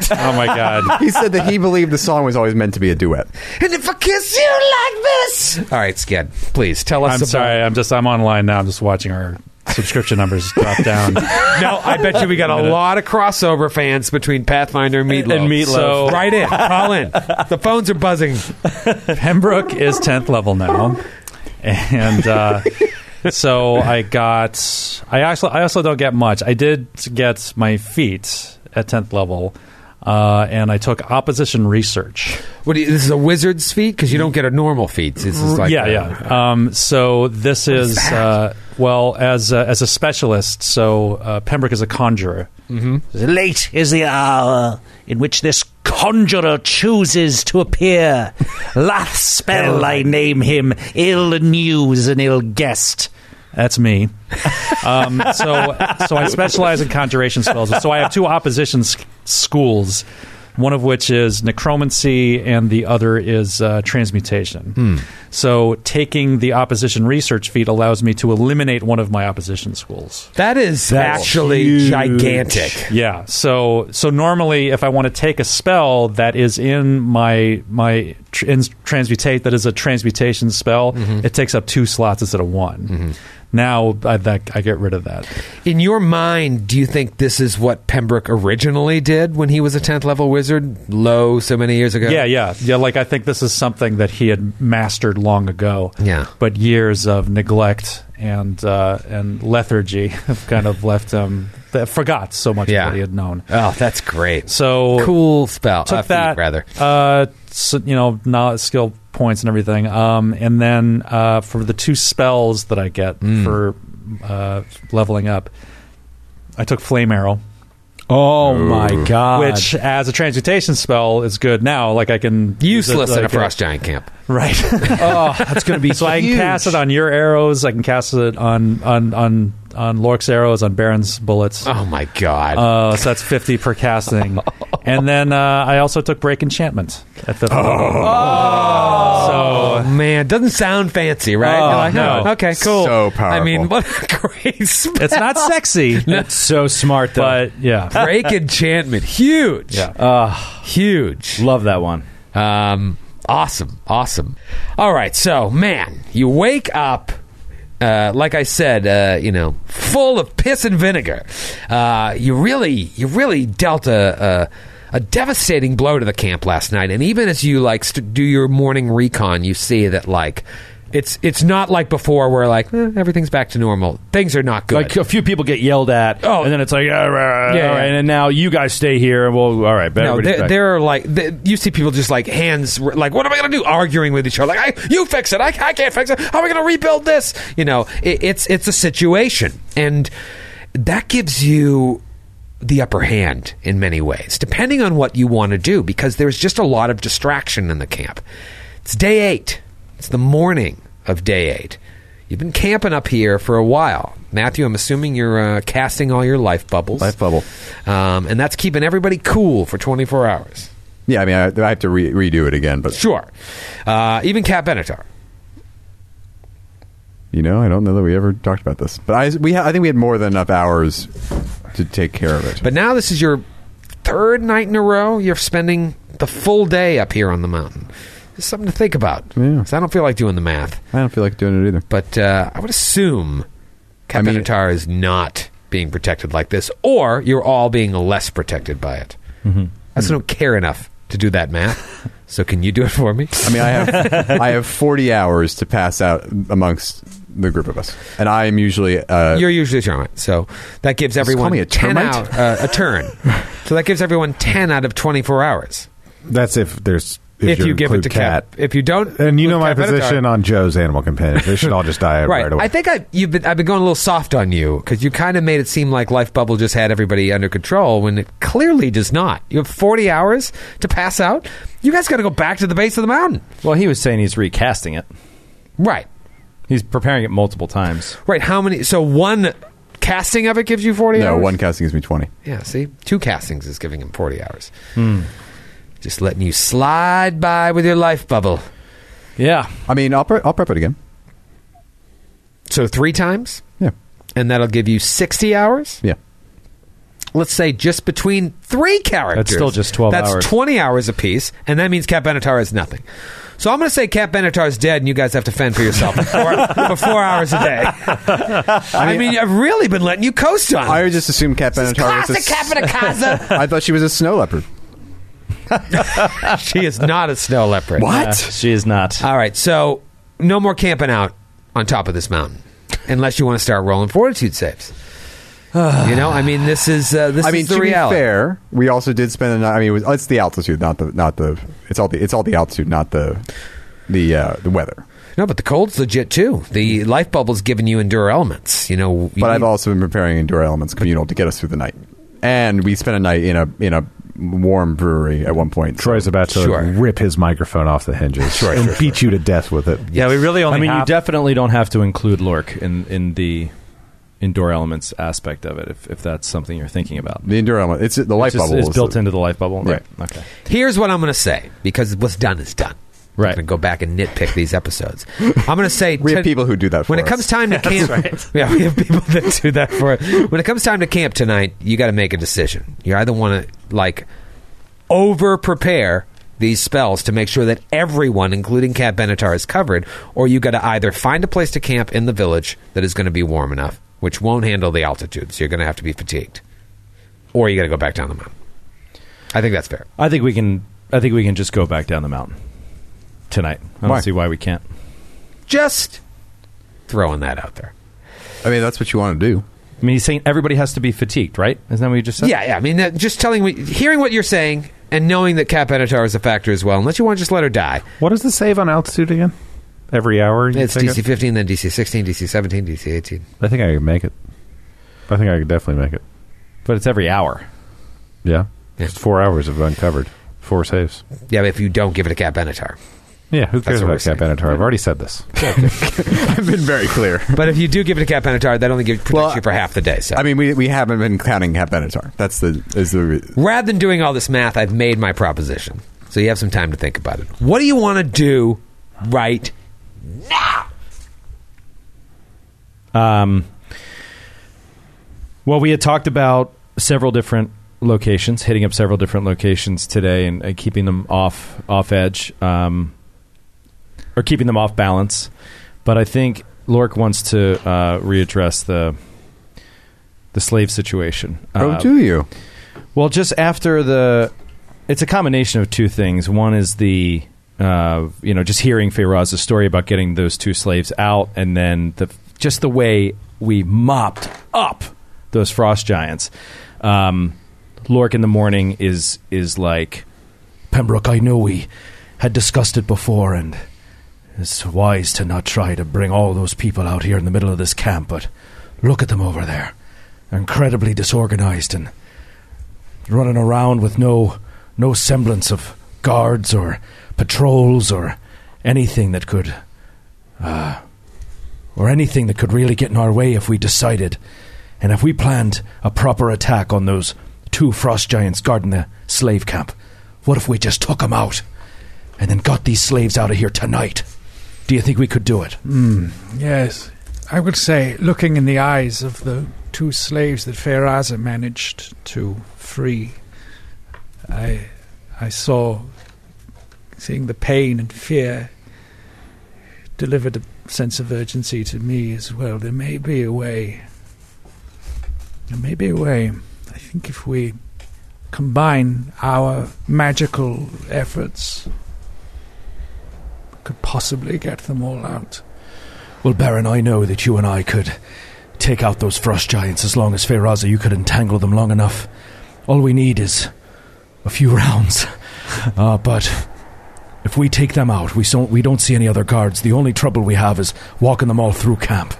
Speaker 2: it.
Speaker 7: Oh my
Speaker 4: *laughs*
Speaker 7: god.
Speaker 4: he said that he believed the song was always meant to be a duet.
Speaker 2: And if I kiss you like this. All right, Sked, please tell us.
Speaker 7: I'm
Speaker 2: about-
Speaker 7: sorry. I'm just. I'm online now. I'm just watching our subscription numbers drop down.
Speaker 2: *laughs* No, I bet you we got a lot of crossover fans between Pathfinder and Meatloaf.
Speaker 7: And Meatloaf.
Speaker 2: So, right in.
Speaker 7: *laughs*
Speaker 2: Call in. The phones are buzzing.
Speaker 7: Pembroke is tenth level now, and uh, so I got. I actually, I also don't get much. I did get my feet at tenth level, uh, and I took opposition research.
Speaker 2: What do you, this is a wizard's feat? Because you don't get a normal feat. This is like
Speaker 7: yeah,
Speaker 2: uh,
Speaker 7: yeah. Um, so this is uh, well as uh, as a specialist. So uh, Pembroke is a conjurer.
Speaker 9: Late is the hour in which this conjurer chooses to appear. Lath spell I name him, ill news and ill guessed.
Speaker 7: That's me. Um, so, so I specialize in conjuration spells. So I have two opposition s- schools, one of which is necromancy, and the other is uh, transmutation. So taking the opposition research feat allows me to eliminate one of my opposition schools.
Speaker 2: That is actually gigantic.
Speaker 7: Yeah. So, so normally, if I want to take a spell that is in my my tr- in transmutate that is a transmutation spell,
Speaker 2: Mm-hmm.
Speaker 7: it takes up two slots instead of one. Now I, that, I get rid of that.
Speaker 2: In your mind, do you think this is what Pembroke originally did when he was a 10th level wizard? Low, so many years ago?
Speaker 7: Yeah, yeah, yeah. Like I think this is something that he had mastered long ago.
Speaker 2: Yeah.
Speaker 7: but years of neglect and uh, and lethargy *laughs* have kind of left him that forgot so much
Speaker 2: Yeah.
Speaker 7: of what he had known.
Speaker 2: Oh, that's great.
Speaker 7: So
Speaker 2: cool spell.
Speaker 7: took
Speaker 2: uh, feat,
Speaker 7: that
Speaker 2: rather.
Speaker 7: Uh, so, you know, knowledge, skill points, and everything. Um, and then uh, for the two spells that I get
Speaker 2: Hmm.
Speaker 7: for uh, leveling up, I took flame arrow,
Speaker 6: Oh my god!
Speaker 7: which as a transmutation spell is good now. Like I can use it,
Speaker 2: Useless in a
Speaker 7: like, uh,
Speaker 2: frost giant camp.
Speaker 7: Right.
Speaker 2: *laughs*
Speaker 7: oh, that's going to be so. I can cast it on your arrows. I can cast it on on on on Lork's arrows, on Baron's bullets.
Speaker 2: Oh my god.
Speaker 7: Uh, so that's fifty
Speaker 6: *laughs*
Speaker 7: per casting, and then uh, I also took break enchantment at the. *laughs*
Speaker 2: Oh man, doesn't sound fancy, right?
Speaker 7: Oh,
Speaker 2: You're like,
Speaker 7: no.
Speaker 2: oh, Okay, cool.
Speaker 4: So powerful.
Speaker 2: I mean, what a *laughs* great spell.
Speaker 6: *laughs*
Speaker 7: It's not sexy,
Speaker 6: That's so smart, though.
Speaker 7: but
Speaker 6: *laughs*
Speaker 7: yeah,
Speaker 2: break enchantment. Huge. Uh,
Speaker 7: Yeah.
Speaker 2: Huge.
Speaker 6: Love that one.
Speaker 2: Um, awesome. Awesome. All right, so man, you wake up. Uh, like I said, uh, you know, full of piss and vinegar. Uh, you really, you really dealt a, a a devastating blow to the camp last night. And even as you like st- do your morning recon, you see that like it's it's not like before where like eh, everything's back to normal. Things are not good.
Speaker 6: Like a few people get yelled at,
Speaker 2: Oh.
Speaker 6: and then it's like, yeah,
Speaker 2: Yeah, yeah.
Speaker 6: and now you guys stay here, and well, all right, but
Speaker 2: No,
Speaker 6: everybody's
Speaker 2: there,
Speaker 6: back.
Speaker 2: there are like th you see people just like hands like what am I going to do arguing with each other like I, you fix it I, I can't fix it how are we going to rebuild this you know it, it's it's a situation and that gives you the upper hand in many ways depending on what you want to do because there's just a lot of distraction in the camp it's day 8 it's the morning of day 8 you've been camping up here for a while Matthew I'm assuming you're uh, casting all your life bubbles
Speaker 4: Life bubble.
Speaker 2: um, and that's keeping everybody cool for 24 hours.
Speaker 4: Yeah, I mean, I, I have to re- redo it again, but
Speaker 2: Sure. Uh, even Cat Benatar.
Speaker 4: you know, I don't know that we ever talked about this. But I, we, ha- I think we had more than enough hours to take care of it.
Speaker 2: But now this is your third night in a row. You're spending the full day up here on the mountain. It's something to think about.
Speaker 4: Yeah.
Speaker 2: 'Cause I don't feel like doing the math.
Speaker 4: I don't feel like doing it either.
Speaker 2: But uh, I would assume Cat
Speaker 4: I mean-
Speaker 2: Benatar is not being protected like this, or you're all being less protected by it.
Speaker 4: Mm-hmm.
Speaker 2: I just don't care enough to do that math.
Speaker 4: *laughs*
Speaker 2: so can you do it for me?
Speaker 4: I mean, I
Speaker 2: *laughs*
Speaker 4: have I have forty hours to pass out amongst the group of us, and I am usually uh,
Speaker 2: You're usually a termite, so that gives everyone
Speaker 4: call me a
Speaker 2: 10
Speaker 4: termite?
Speaker 2: out, uh,
Speaker 4: *laughs*
Speaker 2: a turn. so that gives everyone ten out of twenty four hours
Speaker 8: That's if there's
Speaker 2: if,
Speaker 8: you
Speaker 2: you give it
Speaker 8: include
Speaker 2: to
Speaker 8: cat.
Speaker 2: cat. If you don't,
Speaker 8: And you know my
Speaker 2: include Cat Benatar-
Speaker 8: position on Joe's animal companion. They should all just die
Speaker 2: *laughs* Right,
Speaker 8: right, away.
Speaker 2: I think I you've been I've been going a little soft on you because you kind of made it seem like Life Bubble just had everybody under control when it clearly does not. You have forty hours to pass out. You guys got to go back to the base of the mountain.
Speaker 6: well, he was saying he's recasting it.
Speaker 2: Right,
Speaker 6: He's preparing it multiple times.
Speaker 2: right. How many? So one casting of it gives you forty.
Speaker 4: no
Speaker 2: hours?
Speaker 4: one casting gives me twenty.
Speaker 2: Yeah, see, two castings is giving him 40 hours. Just letting you slide by with your life bubble.
Speaker 6: Yeah,
Speaker 4: I mean, I'll pre- I'll prep it again.
Speaker 2: So three times,
Speaker 4: Yeah,
Speaker 2: and that'll give you 60 hours.
Speaker 4: yeah.
Speaker 2: Let's say just between three characters.
Speaker 6: still just 12
Speaker 2: That's
Speaker 6: hours.
Speaker 2: 20 hours apiece, and that means Cat Benatar is nothing. So I'm going to say Cat Benatar is dead, and you guys have to fend for yourself for, for four hours a day. I mean, I've really been letting you coast on.
Speaker 4: I
Speaker 2: it.
Speaker 4: would just assume Cat Benatar was a
Speaker 2: Classic
Speaker 4: s-
Speaker 2: Cat
Speaker 3: *laughs*
Speaker 2: Benatar.
Speaker 4: I thought she was a snow leopard.
Speaker 2: she is not a snow leopard.
Speaker 6: she is not.
Speaker 2: All right, so no more camping out on top of this mountain, unless you want to start rolling
Speaker 4: *sighs*
Speaker 2: fortitude saves. you know, I mean, this is uh, this
Speaker 4: I mean,
Speaker 2: is the
Speaker 4: to
Speaker 2: reality.
Speaker 4: be fair, we also did spend the night. I mean, it was, it's the altitude, not the not the. It's all the it's all the altitude, not the the uh, the weather.
Speaker 2: No, but the cold's legit too. The life bubble's giving you endure elements. You know, you
Speaker 4: But I've
Speaker 2: need-
Speaker 4: also been preparing indoor elements communal to get us through the night, and we spent a night in a in a warm brewery at one point.
Speaker 8: Troy's about to
Speaker 2: Sure.
Speaker 8: rip his microphone off the hinges and beat you to death with it.
Speaker 7: Yeah, we really only.
Speaker 6: I mean, you
Speaker 7: have-
Speaker 6: definitely don't have to include Lork in in the indoor elements aspect of it, if if that's something you're thinking about.
Speaker 4: The indoor element, it's the life
Speaker 6: It's just-
Speaker 4: bubble
Speaker 6: it's
Speaker 4: is
Speaker 6: built
Speaker 4: the-
Speaker 6: into the life bubble,
Speaker 4: Right.
Speaker 6: Okay.
Speaker 2: here's what I'm going to say because what's done is done.
Speaker 6: Right.
Speaker 2: I'm going to go back and nitpick these episodes. I'm going to say
Speaker 4: *laughs* We have
Speaker 2: to-
Speaker 4: people who do that for
Speaker 2: when it
Speaker 4: us.
Speaker 2: comes time to camp. *laughs* Yeah, we have people that do that for us. When it comes time to camp tonight, you got to make a decision. You either want to like over prepare these spells to make sure that everyone, including Cat Benatar, is covered, or you got to either find a place to camp in the village that is going to be warm enough, which won't handle the altitude, so you're going to have to be fatigued, or you got to go back down the mountain. I think that's fair.
Speaker 6: I think we can. I think we can just go back down the mountain tonight. I don't
Speaker 4: Why?
Speaker 6: see why we can't.
Speaker 2: Just throwing that out there.
Speaker 4: I mean, that's what you want to do.
Speaker 6: I mean, he's saying everybody has to be fatigued, right? Isn't that what you just said?
Speaker 2: Yeah, yeah. I mean, that, just telling me, hearing what you're saying, and knowing that Cat Benatar is a factor as well. Unless you want to just let her die.
Speaker 8: What is the save on altitude again? Every hour? you
Speaker 2: It's
Speaker 8: take
Speaker 2: DC
Speaker 8: it?
Speaker 2: 15, then DC 16, DC 17, DC 18.
Speaker 8: I think I could make it. I think I could definitely make it.
Speaker 6: But it's every hour.
Speaker 8: Yeah.
Speaker 2: Yeah.
Speaker 8: It's four hours of uncovered. Four saves.
Speaker 2: Yeah, but if you don't give it to Cat Benatar.
Speaker 8: Yeah, who
Speaker 2: That's
Speaker 8: cares
Speaker 2: what
Speaker 8: about
Speaker 2: we're
Speaker 8: Cat Benatar? I've already said this.
Speaker 4: I've been very clear.
Speaker 2: But if you do give it to Cat Benatar, that only gives protects
Speaker 4: Well,
Speaker 2: you for half the day. So,
Speaker 4: I mean, we, we haven't been counting Cat Benatar. That's the is the re-
Speaker 2: rather than doing all this math, I've made my proposition. So you have some time to think about it. What do you want to do right
Speaker 6: Um, well, we had talked about several different locations, hitting up several different locations today, and, and keeping them off off edge, um, or keeping them off balance. But I think Lork wants to uh, readdress the the slave situation.
Speaker 4: Oh,
Speaker 6: Uh,
Speaker 4: do you?
Speaker 6: Well, just after the it's a combination of two things. One is the uh, you know just hearing Feyraz's story about getting those two slaves out, and then the just the way we mopped up those frost giants. Um, Lork in the morning is is like Pembroke. I know we had discussed it before, and it's wise to not try to bring all those people out here in the middle of this camp. But look at them over there, They're incredibly disorganized and running around with no no semblance of guards or patrols or anything that could uh, or anything that could really get in our way if we decided and if we planned a proper attack on those two frost giants guarding the slave camp what if we just took 'em out and then got these slaves out of here tonight do you think we could do it
Speaker 11: Yes. I would say, looking in the eyes of the two slaves that Feraza managed to free, I, I saw, seeing the pain and fear, delivered a sense of urgency to me as well. There may be a way. There may be a way. I think if we combine our magical efforts, we could possibly get them all out.
Speaker 6: Well, Baron, I know that you and I could take out those frost giants as long as Feyraza, you could entangle them long enough. All we need is a few *laughs* rounds. uh, but if we take them out, we don't, we don't see any other guards. The only trouble we have is walking them all through camp.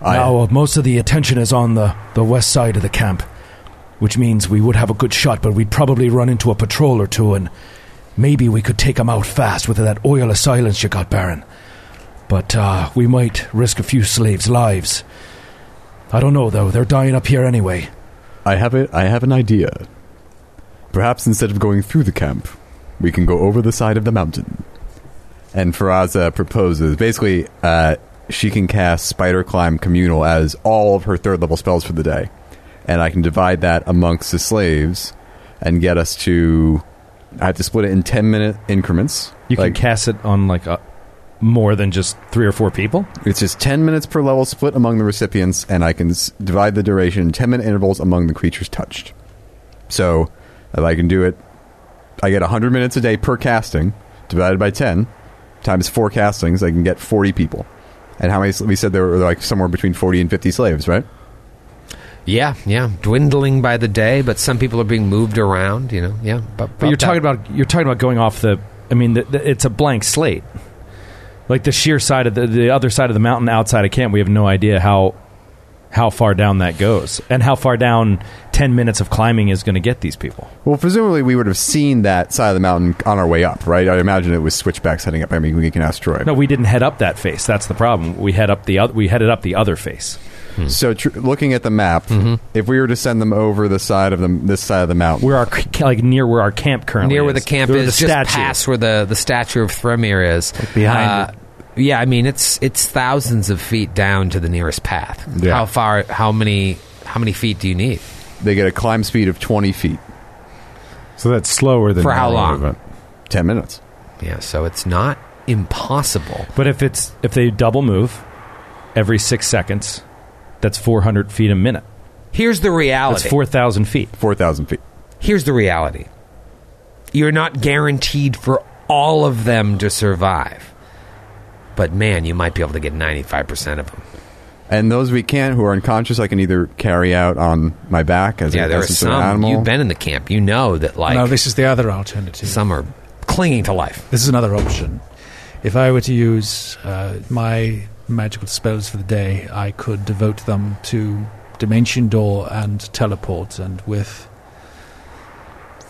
Speaker 6: now, uh, most of the attention is on the, the west side of the camp, which means we would have a good shot, but we'd probably run into a patrol or two, and maybe we could take 'em out fast with that oil of silence you got, Baron but uh, we might risk a few slaves' lives. I don't know, though. They're dying up here anyway.
Speaker 3: I have it. I have an idea. Perhaps instead of going through the camp, we can go over the side of the mountain. And Faraza proposes. Basically, uh, she can cast Spider Climb Communal as all of her third level spells for the day, and I can divide that amongst the slaves and get us to. I have to split it in ten minute increments. Like,
Speaker 6: cast it on, like, a, more than just three or four people?
Speaker 3: It's just 10 minutes per level split among the recipients, and I can s- divide the duration in 10 minute intervals among the creatures touched. So, if I can do it, I get 100 minutes a day per casting, divided by 10, times four castings, I can get 40 people. And how many? sl- We said there were like somewhere between 40 and 50 slaves, right?
Speaker 2: Yeah, yeah, dwindling by the day, but some people are being moved around. You know, yeah. But, uh,
Speaker 6: But you're talking about you're talking about going off the. I mean, the, the, it's a blank slate. Like the sheer side of the the other side of the mountain outside of camp, we have no idea how how far down that goes and how far down ten minutes of climbing is going to get these people.
Speaker 3: Well, presumably we would have seen that side of the mountain on our way up, right? I imagine it was switchbacks heading up. I mean, we can ask Troy.
Speaker 6: No, we didn't head up that face. That's the problem. We head up the oth- we headed up the other face.
Speaker 3: So, tr- looking at the map, if we were to send them over the side of the this side of the mountain,
Speaker 6: where our c- like near where our camp currently
Speaker 2: near
Speaker 6: is.
Speaker 2: where the camp
Speaker 6: Where
Speaker 2: is,
Speaker 6: the
Speaker 2: just
Speaker 6: statue.
Speaker 2: past where the, the statue of Thrymir is. Uh,
Speaker 6: behind
Speaker 2: yeah, I mean it's it's thousands of feet down to the nearest path.
Speaker 3: Yeah.
Speaker 2: How far? How many? How many feet do you need?
Speaker 3: they get a climb speed of 20 feet
Speaker 8: So that's slower than
Speaker 2: For how
Speaker 8: normal
Speaker 2: long?
Speaker 8: movement.
Speaker 3: 10 minutes
Speaker 2: Yeah, so it's not impossible.
Speaker 6: But if it's if they double move every six seconds, that's four hundred feet a minute.
Speaker 2: Here's the reality.
Speaker 6: That's four thousand feet.
Speaker 3: 4000 feet
Speaker 2: Here's the reality. You're not guaranteed for all of them to survive. But man, you might be able to get 95% of them.
Speaker 3: and those we can't who are unconscious i can either carry out on my back as,
Speaker 2: Yeah,
Speaker 3: a,
Speaker 2: there are
Speaker 3: as an
Speaker 2: some.
Speaker 3: animal
Speaker 2: You've been in the camp. You know that, like,
Speaker 11: no, this is the other alternative.
Speaker 2: some are clinging to life.
Speaker 11: This is another option. If I were to use uh, my magical spells for the day, I could devote them to Dimension Door and Teleport, and with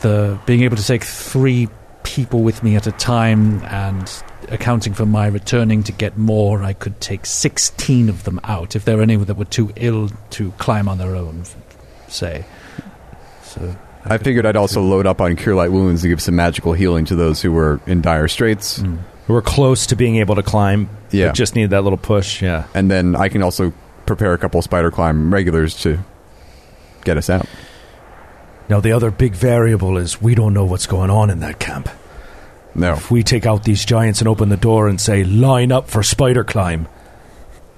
Speaker 11: the being able to take three people with me at a time and accounting for my returning to get more, I could take 16 of them out if there were any that were too ill to climb on their own, say. So
Speaker 3: i figured i'd also load up on cure light wounds to give some magical healing to those who were in dire straits
Speaker 2: Mm.
Speaker 6: We're close to being able to climb.
Speaker 3: Yeah.
Speaker 6: It just needed that little push. Yeah.
Speaker 3: and then i can also prepare a couple spider climb regulars to get us out
Speaker 6: Now the other big variable is we don't know what's going on in that camp.
Speaker 3: no
Speaker 6: If we take out these giants and open the door and say line up for spider climb,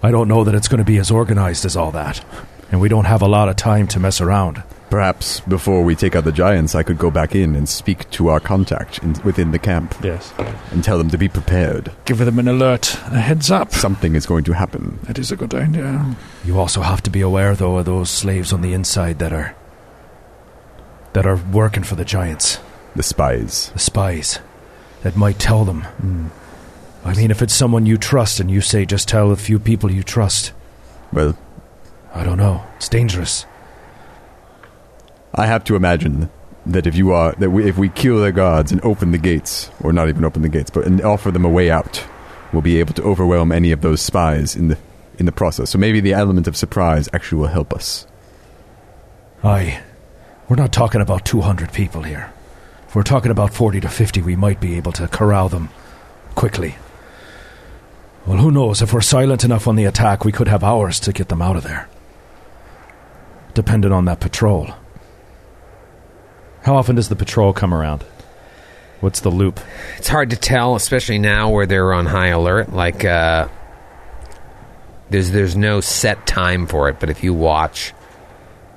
Speaker 6: I don't know that it's going to be as organized as all that, and we don't have a lot of time to mess around.
Speaker 3: Perhaps before we take out the giants, I could go back in and speak to our contact in, within the camp.
Speaker 7: Yes.
Speaker 3: And tell them to be prepared.
Speaker 11: Give them an alert, a heads up.
Speaker 3: Something is going to happen.
Speaker 11: That is a good idea.
Speaker 5: You also have to be aware, though, of those slaves on the inside that are that are working for the giants,
Speaker 3: The spies.
Speaker 5: the spies, that might tell them.
Speaker 2: Hmm.
Speaker 5: I mean, if it's someone you trust and you say just tell a few people you trust,
Speaker 3: Well,
Speaker 5: I don't know. It's dangerous.
Speaker 3: I have to imagine that if you are that we, if we kill their guards and open the gates, or not even open the gates, but and offer them a way out, we'll be able to overwhelm any of those spies in the in the process. So maybe the element of surprise actually will help us.
Speaker 5: Aye, we're not talking about 200 people here. If we're talking about 40 to 50, we might be able to corral them quickly. Well, who knows? If we're silent enough on the attack, we could have hours to get them out of there. Dependent on that patrol.
Speaker 6: How often does the patrol come around? What's the loop?
Speaker 2: It's hard to tell, especially now where they're on high alert. Like, uh, there's there's no set time for it, but if you watch,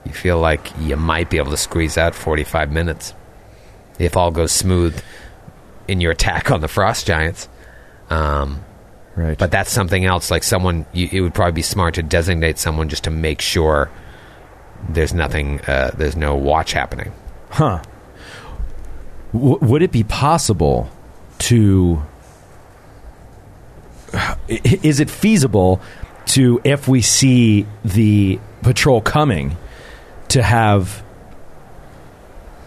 Speaker 2: you feel like you might be able to squeeze out 45 minutes if all goes smooth in your attack on the frost giants. Um,
Speaker 6: Right.
Speaker 2: but that's something else. Like someone, you, it would probably be smart to designate someone just to make sure there's nothing, uh, there's no watch happening.
Speaker 6: Huh. W- would it be possible to. I- Is it feasible to, if we see the patrol coming, to have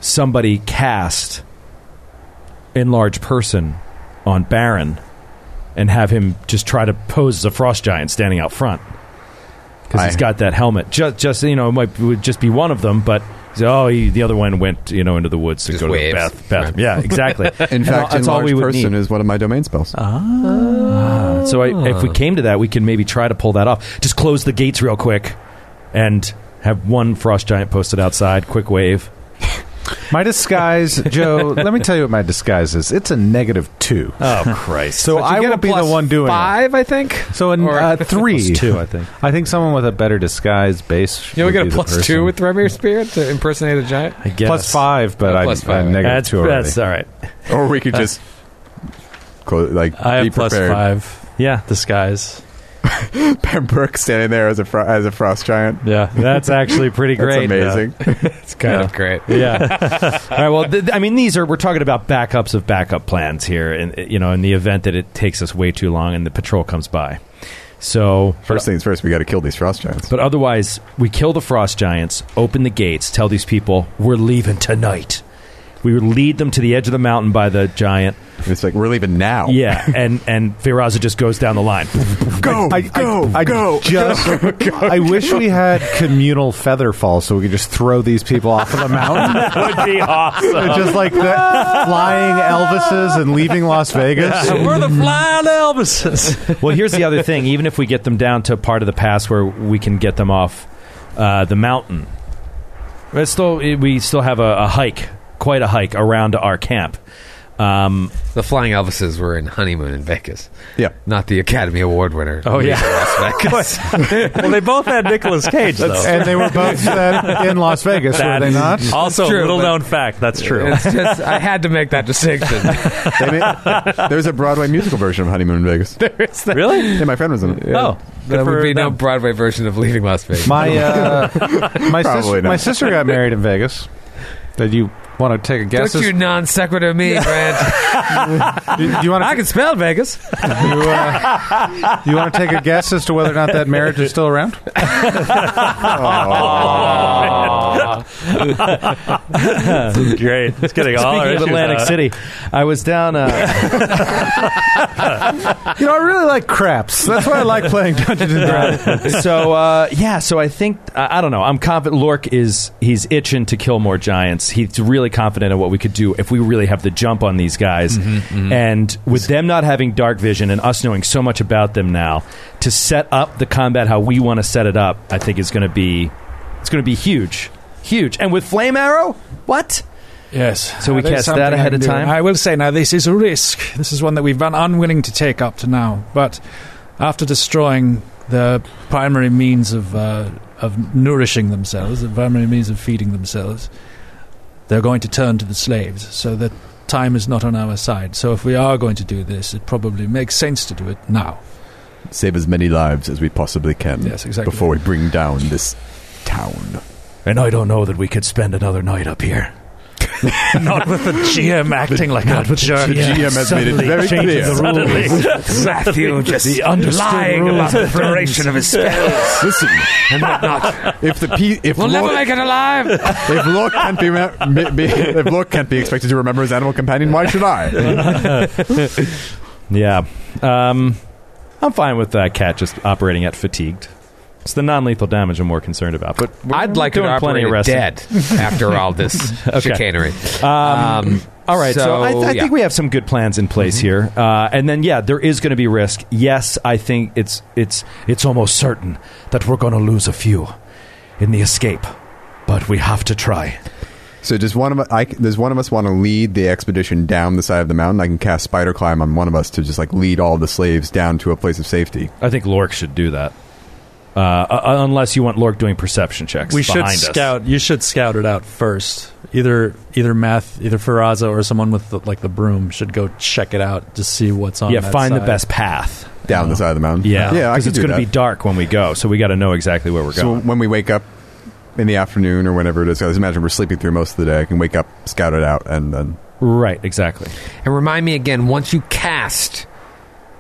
Speaker 6: somebody cast enlarge person on Baron and have him just try to pose as a frost giant standing out front? because he's
Speaker 3: I-
Speaker 6: got that helmet. Just, just you know, it might would just be one of them, but he's, oh, he, the other one went you know into the woods to
Speaker 2: Just
Speaker 6: go
Speaker 2: waves.
Speaker 6: to the bath, bathroom. Yeah, exactly.
Speaker 3: In
Speaker 6: And
Speaker 3: fact,
Speaker 6: that's all
Speaker 3: enlarged
Speaker 6: we would
Speaker 3: person
Speaker 6: need.
Speaker 3: is one of my domain spells.
Speaker 6: So I,
Speaker 2: Oh.
Speaker 6: if we came to that, we can maybe try to pull that off. Just close the gates real quick, and have one frost giant posted outside. Quick wave.
Speaker 8: My
Speaker 2: *laughs*
Speaker 8: disguise, Joe. let me tell you what my disguise is. It's a negative two.
Speaker 6: Oh Christ!
Speaker 8: So I will be the one doing it.
Speaker 2: five, I think.
Speaker 8: So a
Speaker 2: Or- *laughs*
Speaker 8: uh, three,
Speaker 6: Plus two, I think.
Speaker 8: I think someone with a better disguise base.
Speaker 2: You know, we
Speaker 8: would
Speaker 2: got
Speaker 8: be
Speaker 2: a
Speaker 8: the
Speaker 2: plus
Speaker 8: person.
Speaker 2: two with Threadmere Spear to impersonate a giant.
Speaker 6: I guess
Speaker 8: Plus five, but
Speaker 2: Uh,
Speaker 8: I,
Speaker 2: plus
Speaker 8: I'm
Speaker 2: five.
Speaker 8: negative
Speaker 6: That's,
Speaker 8: two already.
Speaker 6: that's all right.
Speaker 3: *laughs* or we could just close, like
Speaker 7: I
Speaker 3: be
Speaker 7: have plus
Speaker 3: prepared. *laughs*
Speaker 7: five
Speaker 6: Yeah,
Speaker 7: disguise.
Speaker 3: Pembroke standing there as a fro- as a frost giant.
Speaker 7: Yeah,
Speaker 6: that's actually pretty
Speaker 3: That's
Speaker 6: great.
Speaker 3: amazing.
Speaker 2: It's kind of great.
Speaker 6: yeah. All right. Well, th- I mean, these are we're talking about backups of backup plans here, and you know, in the event that it takes us way too long and the patrol comes by. So,
Speaker 3: First things first, we got to kill these frost giants.
Speaker 6: but otherwise, we kill the frost giants, open the gates, tell these people we're leaving tonight. We would lead them to the edge of the mountain by the giant.
Speaker 3: It's like we're leaving now.
Speaker 2: *laughs*
Speaker 6: Yeah, and and Firaza just goes down the line.
Speaker 3: go,
Speaker 8: I,
Speaker 3: go,
Speaker 8: I, I
Speaker 3: *laughs* go.
Speaker 8: Just, I wish we had communal feather fall so we could just throw these people off of the
Speaker 6: *laughs*
Speaker 8: mountain.
Speaker 6: Would be *laughs* awesome.
Speaker 8: just like the flying Elvises and leaving Las Vegas.
Speaker 7: We're the flying Elvises.
Speaker 6: well, here's the other thing. Even if we get them down to a part of the pass where we can get them off uh, the mountain, it's still it- we still have a, a hike, quite a hike around our camp. Um,
Speaker 2: The Flying Elvises were in Honeymoon in Vegas,
Speaker 3: Yeah.
Speaker 2: not the Academy Award winner.
Speaker 6: Oh, yeah.
Speaker 2: Las
Speaker 6: *laughs*
Speaker 2: Vegas.
Speaker 7: well, they both had Nicolas Cage though.
Speaker 8: And they were both set in Las Vegas, were they not?
Speaker 7: Also,
Speaker 2: true,
Speaker 7: little
Speaker 2: but-
Speaker 7: known fact. That's true.
Speaker 2: It's just I had to make that distinction.
Speaker 3: They made- there's a Broadway musical version of Honeymoon in Vegas.
Speaker 7: really?
Speaker 3: *laughs* Yeah, my friend was in it. Yeah.
Speaker 7: Oh,
Speaker 2: *laughs* there would
Speaker 7: for
Speaker 2: be no
Speaker 7: them.
Speaker 2: Broadway version of Leaving Las Vegas.
Speaker 8: My
Speaker 3: *laughs*
Speaker 8: uh, my
Speaker 3: Probably
Speaker 8: sister,
Speaker 3: not.
Speaker 8: my sister got married in Vegas. Did you want to take a guess?
Speaker 2: Don't you non sequitur me, Brad.
Speaker 8: do you, want *laughs*
Speaker 2: *laughs* I can spell Vegas.
Speaker 8: to you, uh, you want to take a guess as to whether or not that marriage is still around?
Speaker 2: *laughs*
Speaker 6: *laughs*
Speaker 7: great. It's getting
Speaker 2: Oh,
Speaker 7: all
Speaker 6: speaking
Speaker 7: our
Speaker 6: of
Speaker 7: issues
Speaker 6: Atlantic
Speaker 7: out.
Speaker 6: City, I was down. Uh,
Speaker 8: You know, I really like craps. That's why I like playing Dungeons and Dragons.
Speaker 6: *laughs* so uh, yeah, so I think I, I don't know. I'm confident. Lork is he's itching to kill more giants. He's really confident in what we could do if we really have the jump on these guys. And with them not having dark vision and us knowing so much about them now, to set up the combat how we want to set it up, I think is going to be it's going to be huge, huge. And with flame arrow, what?
Speaker 11: Yes.
Speaker 6: So we
Speaker 11: That is
Speaker 6: cast
Speaker 11: something
Speaker 6: that
Speaker 11: I
Speaker 6: ahead
Speaker 11: can
Speaker 6: of
Speaker 11: do.
Speaker 6: time?
Speaker 11: I will say now this is a risk. This is one that we've been unwilling to take up to now. But after destroying the primary means of uh, of nourishing themselves, a primary means of feeding themselves, they're going to turn to the slaves. So that time is not on our side. So if we are going to do this, it probably makes sense to do it now.
Speaker 3: Save as many lives as we possibly can.
Speaker 11: Yes, exactly.
Speaker 3: Before we bring down this town.
Speaker 5: And I don't know that we could spend another night up here.
Speaker 7: Not with the GM acting like
Speaker 5: Not
Speaker 7: a
Speaker 5: with the
Speaker 7: jerk.
Speaker 5: GM.
Speaker 3: GM has made it
Speaker 5: Suddenly
Speaker 3: very
Speaker 5: changes
Speaker 3: clear.
Speaker 5: the rules.
Speaker 2: Matthew
Speaker 5: The understood rules of friends.
Speaker 2: his spells
Speaker 3: Listen,
Speaker 2: and whatnot.
Speaker 3: if the pe- if
Speaker 2: We'll never
Speaker 3: Lord,
Speaker 2: make it alive.
Speaker 3: if Lord can't be, ma- ma- be if Lord can't be expected to remember his animal companion, why should I?
Speaker 6: Yeah. Um, I'm fine with that cat just operating at fatigued. It's the non-lethal damage I'm more concerned about. But
Speaker 2: *laughs*
Speaker 6: we're
Speaker 2: I'd like her
Speaker 6: doing
Speaker 2: to
Speaker 6: plenty
Speaker 2: operate
Speaker 6: of
Speaker 2: it
Speaker 6: resting.
Speaker 2: dead after all
Speaker 6: *laughs*
Speaker 2: this chicanery.
Speaker 6: Um,
Speaker 2: Um,
Speaker 6: all right, so, I, I
Speaker 2: yeah.
Speaker 6: think we have some good plans in place here, uh, and then yeah, there is going to be risk. Yes, I think it's it's
Speaker 5: It's almost certain that we're going to lose a few in the escape, but we have to try.
Speaker 3: so does one of I, does one of us want to lead the expedition down the side of the mountain? I can cast spider climb on one of us to just like lead all the slaves down to a place of safety.
Speaker 6: I think Lork should do that, uh, uh, unless you want Lork doing perception checks.
Speaker 7: We should
Speaker 6: behind us.
Speaker 7: scout. You should scout it out first. Either either Math, either Faraza, or someone with the, like the broom should go check it out to see what's on.
Speaker 6: Yeah,
Speaker 7: that
Speaker 6: find the
Speaker 7: side.
Speaker 6: best path.
Speaker 3: Down
Speaker 2: Oh.
Speaker 3: the side of the mountain.
Speaker 6: Yeah,
Speaker 3: yeah. I
Speaker 6: because
Speaker 3: could
Speaker 6: it's
Speaker 3: do
Speaker 6: going to be
Speaker 3: that.
Speaker 6: dark when we go, so we got to know exactly where we're
Speaker 3: So
Speaker 6: going.
Speaker 3: when we wake up in the afternoon or whenever it is, I just imagine we're sleeping through most of the day. I can wake up, scout it out, and then
Speaker 6: Right,
Speaker 3: *laughs*
Speaker 6: exactly.
Speaker 2: And remind me again, once you cast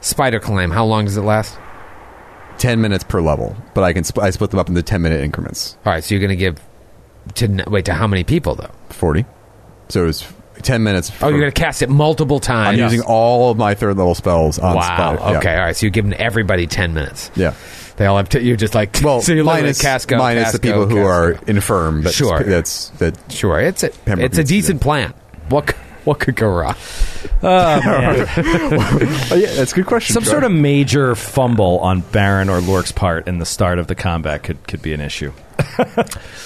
Speaker 2: Spider Climb, how long does it last?
Speaker 3: ten minutes per level. But I can sp- I split them up into ten minute increments.
Speaker 2: All right, so you're going to give to n- wait to how many people though?
Speaker 3: Forty. So it was ten minutes.
Speaker 2: Oh, you're
Speaker 3: for-
Speaker 2: going to cast it multiple times.
Speaker 3: I'm using all of my third level spells on
Speaker 2: wow.
Speaker 3: Spider.
Speaker 2: Okay. All right. So you're giving everybody ten minutes.
Speaker 3: Yeah.
Speaker 2: They all have. T- you're just like
Speaker 3: yeah.
Speaker 2: *laughs*
Speaker 3: Well,
Speaker 2: so you literally
Speaker 3: minus,
Speaker 2: cast go,
Speaker 3: minus
Speaker 2: cast
Speaker 3: the people
Speaker 2: go,
Speaker 3: who
Speaker 2: cast
Speaker 3: are
Speaker 2: go.
Speaker 3: infirm. But
Speaker 2: Sure.
Speaker 3: That's that.
Speaker 2: sure. It's a
Speaker 3: Pembroke
Speaker 2: it's a
Speaker 3: needs to do.
Speaker 2: decent plan. What c- what could go wrong?
Speaker 3: Oh, yeah, that's a good question.
Speaker 6: Some sort of major fumble on Baron or Lork's part in the start of the combat could, could be an issue.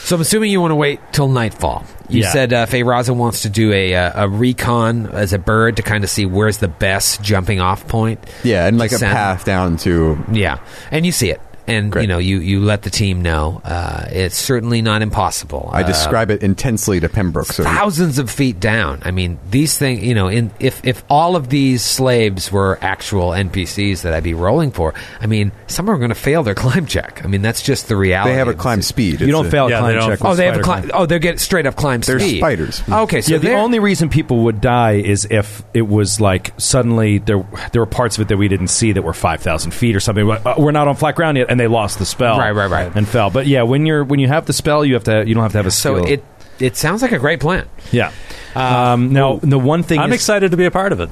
Speaker 2: So I'm assuming you want to wait till nightfall. You
Speaker 6: Yeah.
Speaker 2: said uh, Feyraza wants to do a uh, a recon as a bird to kind of see where's the best jumping off point.
Speaker 3: yeah, and like a
Speaker 2: descent.
Speaker 3: path down to
Speaker 2: Yeah, and you see it, and
Speaker 3: Great.
Speaker 2: you know you you let the team know. Uh, it's certainly not impossible.
Speaker 3: I
Speaker 2: Uh,
Speaker 3: describe it intensely to Pembroke. So
Speaker 2: thousands of feet down. I mean, these things. You know, in if if all of these slaves were actual NPCs that I'd be rolling for, I mean, some are going to fail their *laughs* climb check. I mean, that's just the reality.
Speaker 3: they have a
Speaker 2: of the
Speaker 3: climb
Speaker 2: situation.
Speaker 3: speed.
Speaker 6: You
Speaker 3: It's
Speaker 6: don't
Speaker 3: a-
Speaker 6: fail a
Speaker 7: yeah,
Speaker 6: climb
Speaker 7: they don't-
Speaker 6: check. with
Speaker 2: Oh, they have a
Speaker 6: spider
Speaker 2: climb. Oh, they're getting straight up climb
Speaker 3: They're
Speaker 2: speed.
Speaker 3: spiders.
Speaker 2: Okay, so
Speaker 6: yeah, the
Speaker 2: they're-
Speaker 6: only reason people would die is if it was like suddenly there there were parts of it that we didn't see that were five thousand feet or something. We're like, "Uh, We're not on flat ground yet, and they lost the spell.
Speaker 2: Right, right, right.
Speaker 6: and fell. But yeah, when you're when you have the spell, you have to you don't have to have a
Speaker 2: so
Speaker 6: skill.
Speaker 2: it Uh, it sounds like a great plan.
Speaker 6: yeah. Um, now the one thing
Speaker 7: I'm
Speaker 6: is-
Speaker 7: excited to be a part of it.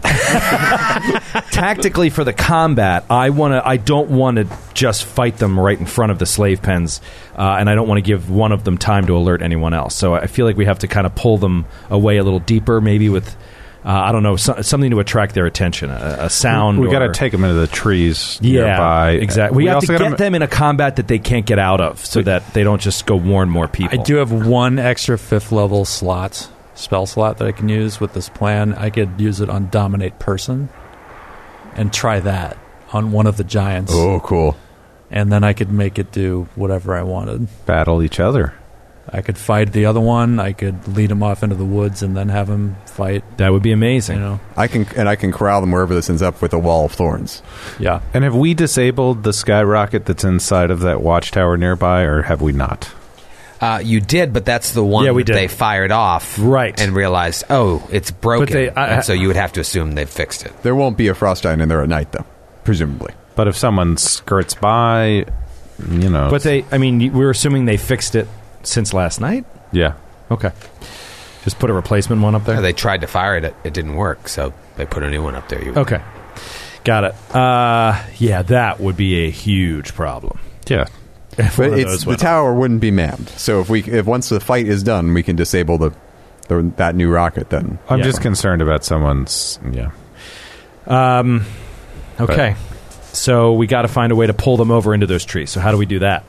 Speaker 6: tactically for the combat, I want to. I don't want to just fight them right in front of the slave pens, uh, and I don't want to give one of them time to alert anyone else. So I feel like we have to kind of pull them away a little deeper, maybe with. Uh, I don't know so, something to attract their attention, a, a sound.
Speaker 8: we got
Speaker 6: or-
Speaker 8: to take them into the trees
Speaker 6: yeah,
Speaker 8: nearby.
Speaker 6: exactly. We, have to
Speaker 8: also
Speaker 6: get
Speaker 8: gotta
Speaker 6: them, in a combat that they can't get out of, so that they don't just go warn more
Speaker 7: I
Speaker 6: people.
Speaker 7: do have one extra fifth level slot, spell slot that I can use with this plan. I could use it on dominate person, and try that on one of the giants,
Speaker 3: Oh, cool.
Speaker 7: and then I could make it do whatever I wanted.
Speaker 8: battle each other.
Speaker 7: I could fight the other one. I could lead him off into the woods and then have him fight.
Speaker 6: That would be
Speaker 7: You
Speaker 6: amazing.
Speaker 7: know,
Speaker 3: I can and I can corral them wherever this ends up with a wall of thorns.
Speaker 7: yeah.
Speaker 8: And have we disabled the skyrocket that's inside of that watchtower nearby, or have we not?
Speaker 2: Uh, you did, but that's the one
Speaker 6: Yeah, we
Speaker 2: that
Speaker 6: did.
Speaker 2: they fired off,
Speaker 6: Right.
Speaker 2: And realized, oh, it's broken.
Speaker 6: they- I-
Speaker 2: And so you would have to assume they've fixed it.
Speaker 3: There won't be a frost giant in there at night, though. Presumably,
Speaker 8: But if someone skirts by, you know.
Speaker 6: But they, I mean, we're assuming they fixed it since last night.
Speaker 8: yeah.
Speaker 6: Okay, just put a replacement one up there.
Speaker 2: No, they tried to fire it; it didn't work, so they put a new one up there. You
Speaker 6: Okay. Got it. Uh, yeah, that would be a huge
Speaker 3: *laughs*
Speaker 6: problem.
Speaker 8: Yeah.
Speaker 6: If one
Speaker 3: but
Speaker 6: of
Speaker 3: it's
Speaker 6: those
Speaker 3: the
Speaker 6: went
Speaker 3: tower wouldn't be manned. So if we if once the fight is done, we can disable the, the that new rocket. Then
Speaker 8: I'm
Speaker 6: Yeah.
Speaker 8: just concerned about someone's. Yeah.
Speaker 6: off. Um, okay. So we got to find a way to pull them over into those trees. So how do we do that?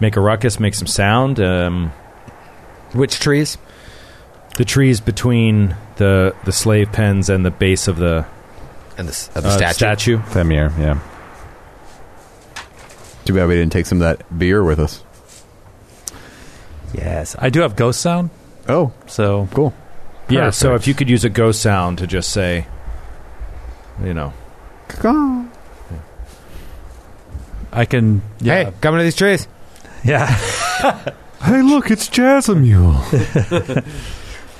Speaker 6: Make a ruckus, make some sound. Um,
Speaker 2: Which trees?
Speaker 6: the trees between the the slave pens and the base of the,
Speaker 2: And the, s- of the
Speaker 6: uh,
Speaker 2: statue.
Speaker 6: statue.
Speaker 8: Themir, yeah.
Speaker 3: too bad we didn't take some of that beer with us.
Speaker 7: Yes, I do have ghost sound.
Speaker 3: Oh,
Speaker 7: so
Speaker 3: cool.
Speaker 6: Yeah, so if you could use a ghost sound to just say, you know,
Speaker 7: I can. Yeah.
Speaker 2: Hey, come into these trees.
Speaker 7: Yeah.
Speaker 3: *laughs* Hey, look, it's Jazzamule.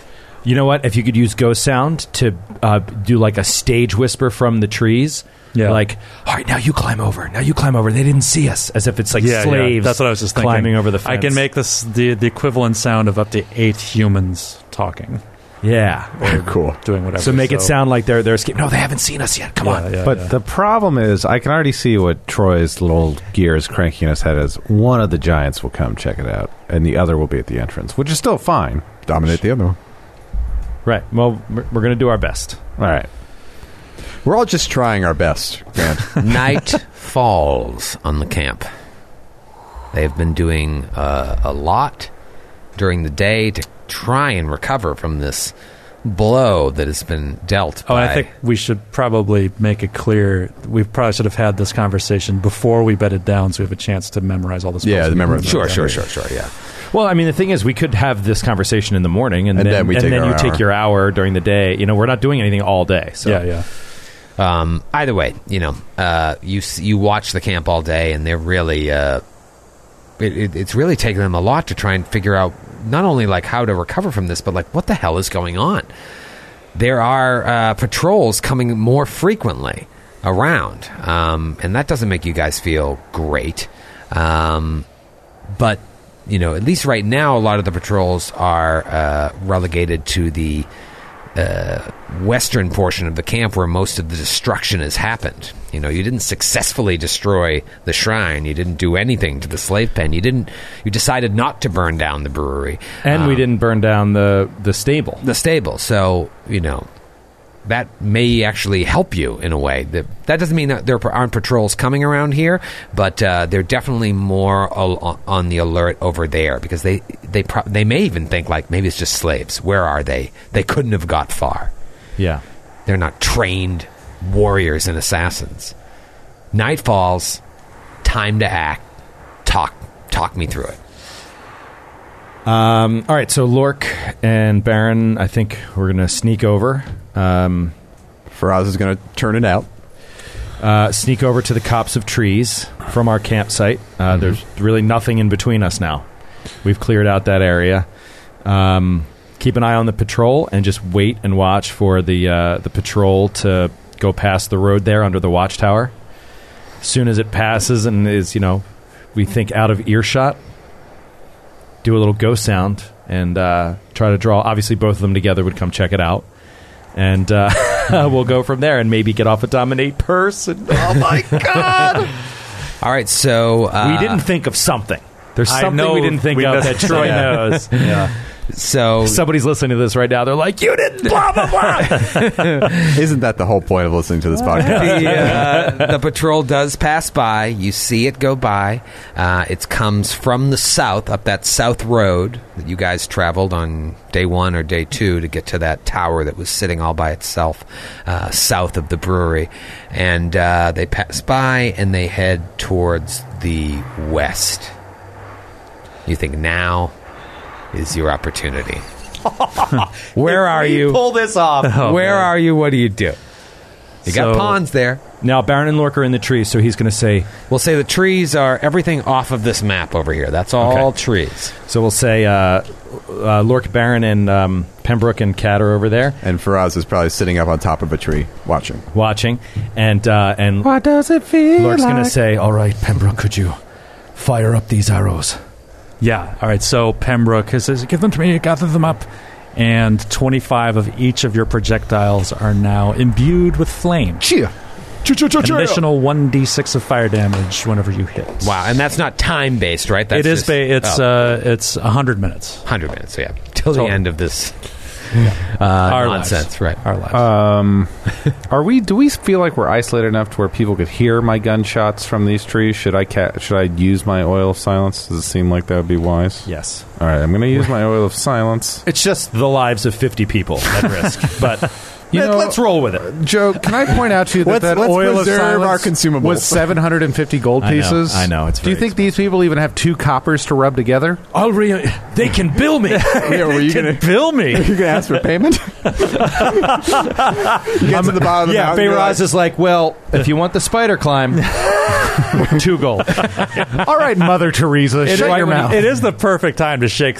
Speaker 6: *laughs* you know what? If you could use ghost sound to uh, do like a stage whisper from the trees,
Speaker 7: Yeah.
Speaker 6: like, all right, now you climb over, now you climb over. They didn't see us, as if it's like
Speaker 7: yeah, yeah.
Speaker 6: slaves.
Speaker 7: That's what I was just thinking.
Speaker 6: climbing over the
Speaker 7: I can
Speaker 6: fence.
Speaker 7: make this the, the equivalent sound of up to eight humans talking,
Speaker 6: yeah.
Speaker 3: cool.
Speaker 7: doing whatever.
Speaker 6: So make it sound like they're they're escaping. No, they haven't seen us yet. Come on.
Speaker 8: But the problem is, I can already see what Troy's little gear is cranking in his head as one of the giants will come check it out, and the other will be at the entrance, which is still fine.
Speaker 3: Dominate the other one.
Speaker 6: Right. Well, we're we're gonna do our best.
Speaker 8: All right.
Speaker 3: We're all just trying our best,
Speaker 6: *laughs*
Speaker 3: Grant.
Speaker 2: Night falls on the camp. They have been doing uh, a lot during the day to try and recover from this blow that has been dealt.
Speaker 7: Oh, and
Speaker 2: by-
Speaker 7: I think we should probably make it clear. We probably should have had this conversation before we bedded down, so we have a chance to memorize all this.
Speaker 3: yeah, the memory.
Speaker 2: Sure, sure, sure, sure. Yeah.
Speaker 6: Well, I mean, the thing is, we could have this conversation in the morning, and,
Speaker 3: And
Speaker 6: then,
Speaker 3: then we
Speaker 6: and
Speaker 3: take
Speaker 6: then
Speaker 3: our
Speaker 6: you
Speaker 3: hour.
Speaker 6: take your hour during the day. You know, we're not doing anything all day. So
Speaker 7: Yeah, yeah.
Speaker 2: Um, either way, you know, uh, you s- you watch the camp all day, and they're really uh, it, it, it's really taken them a lot to try and figure out not only like how to recover from this, but like what the hell is going on. There are uh, patrols coming more frequently around, um, and that doesn't make you guys feel great. Um, but you know, at least right now, a lot of the patrols are uh, relegated to the uh, western portion of the camp where most of the destruction has happened. You know, you didn't successfully destroy the shrine. You didn't do anything to the slave pen. You didn't. You decided not to burn down the brewery,
Speaker 6: and we
Speaker 2: Um,
Speaker 6: didn't burn down the the stable.
Speaker 2: the stable. So you know that may actually help you in a way. That that doesn't mean that there aren't patrols coming around here, but uh, they're definitely more al- on the alert over there because they they pro- they may even think like maybe it's just slaves. Where are they? They couldn't have got far.
Speaker 6: Yeah.
Speaker 2: They're not trained warriors and assassins. Night falls. Time to act. Talk talk me through it.
Speaker 6: Um, all right. So Lork and Baron, I think we're gonna sneak over. Um,
Speaker 3: Faraz is going to turn it out.
Speaker 6: uh, sneak over to the cops of trees from our campsite. Uh, There's really nothing in between us now. We've cleared out that area. Um, keep an eye on the patrol and just wait and watch for the uh, the patrol to go past the road there under the watchtower. As soon as it passes and is you know we think out of earshot, do a little ghost sound and uh, try to draw. Obviously, both of them together would come check it out. And uh, *laughs* we'll go from there and maybe get off a dominate person.
Speaker 2: All right. So uh,
Speaker 6: we didn't think of something. There's
Speaker 7: I
Speaker 6: something
Speaker 7: know
Speaker 6: we didn't think
Speaker 7: we
Speaker 6: of that
Speaker 7: missed-
Speaker 6: Troy
Speaker 7: yeah.
Speaker 6: *laughs* knows. *laughs*
Speaker 2: So
Speaker 6: Somebody's listening to this right now. They're like, "You *laughs* didn't blah blah blah."
Speaker 3: Isn't that the whole point of listening to this podcast?
Speaker 2: the, uh, the patrol does pass by. You see it go by. Uh, it comes from the south up that south road that you guys traveled on day one or day two to get to that tower that was sitting all by itself uh, south of the brewery. And uh, they pass by and they head towards the west. You think now is your opportunity. Where are you?
Speaker 6: Pull this off.
Speaker 2: Where are you? What do you do? You got
Speaker 6: So-
Speaker 2: pawns there.
Speaker 6: Now Baron and Lork are in the trees, so he's going to say.
Speaker 2: We'll say the trees are everything off of this map over here. That's all trees.
Speaker 6: So we'll say, uh, uh, Lork, Baron, and um, Pembroke and Cat are over there
Speaker 3: And Faraz is probably sitting up on top of a tree watching.
Speaker 6: watching, and uh, and
Speaker 5: What does it feel
Speaker 6: Lork's going to say, "All right, Pembroke, could you fire up these arrows?"
Speaker 7: Yeah. All right. So Pembroke says, "Give them to me. Gather them up." And twenty-five of each of your projectiles are now imbued with flame.
Speaker 3: Chia.
Speaker 7: An additional one d six of fire damage whenever you hit.
Speaker 2: Wow, and that's not time based, right? That's
Speaker 7: It is.
Speaker 2: just-
Speaker 7: ba- it's
Speaker 2: oh,
Speaker 7: uh, it's hundred minutes.
Speaker 2: 100 minutes, yeah. Till the
Speaker 7: Total.
Speaker 2: end of this uh,
Speaker 7: Our
Speaker 2: nonsense, right?
Speaker 7: Our lives.
Speaker 8: Um, are we? Do we feel like we're isolated enough to where people could hear my gunshots from these trees? Should I? Ca- should I use my oil of silence? Does it seem like that would be wise?
Speaker 6: Yes,
Speaker 8: All right, I'm going to use my oil of silence.
Speaker 6: *laughs* it's just the lives of fifty people at risk, but You know, let's roll with it.
Speaker 8: Joe, can I point out to you that
Speaker 3: Let's-
Speaker 8: that
Speaker 3: let's
Speaker 8: oil
Speaker 3: preserve
Speaker 8: of
Speaker 3: our
Speaker 8: silence
Speaker 3: consumables.
Speaker 8: was 750 gold
Speaker 6: I know,
Speaker 8: pieces?
Speaker 6: I know, it's
Speaker 8: Do you
Speaker 6: very
Speaker 8: think these people even have two coppers to rub together?
Speaker 5: I'll re- They can bill me.
Speaker 3: Yeah, were you gonna
Speaker 7: Bill
Speaker 3: *laughs*
Speaker 7: me.
Speaker 3: you gonna ask for
Speaker 6: *laughs*
Speaker 3: payment? you get to the bottom of the
Speaker 6: Yeah,
Speaker 3: mountain. you're
Speaker 6: Feyraz is like, well, if you want the spider *laughs* climb, two gold.
Speaker 8: All right, Mother Teresa, shut your mouth.
Speaker 7: It is the perfect time to shake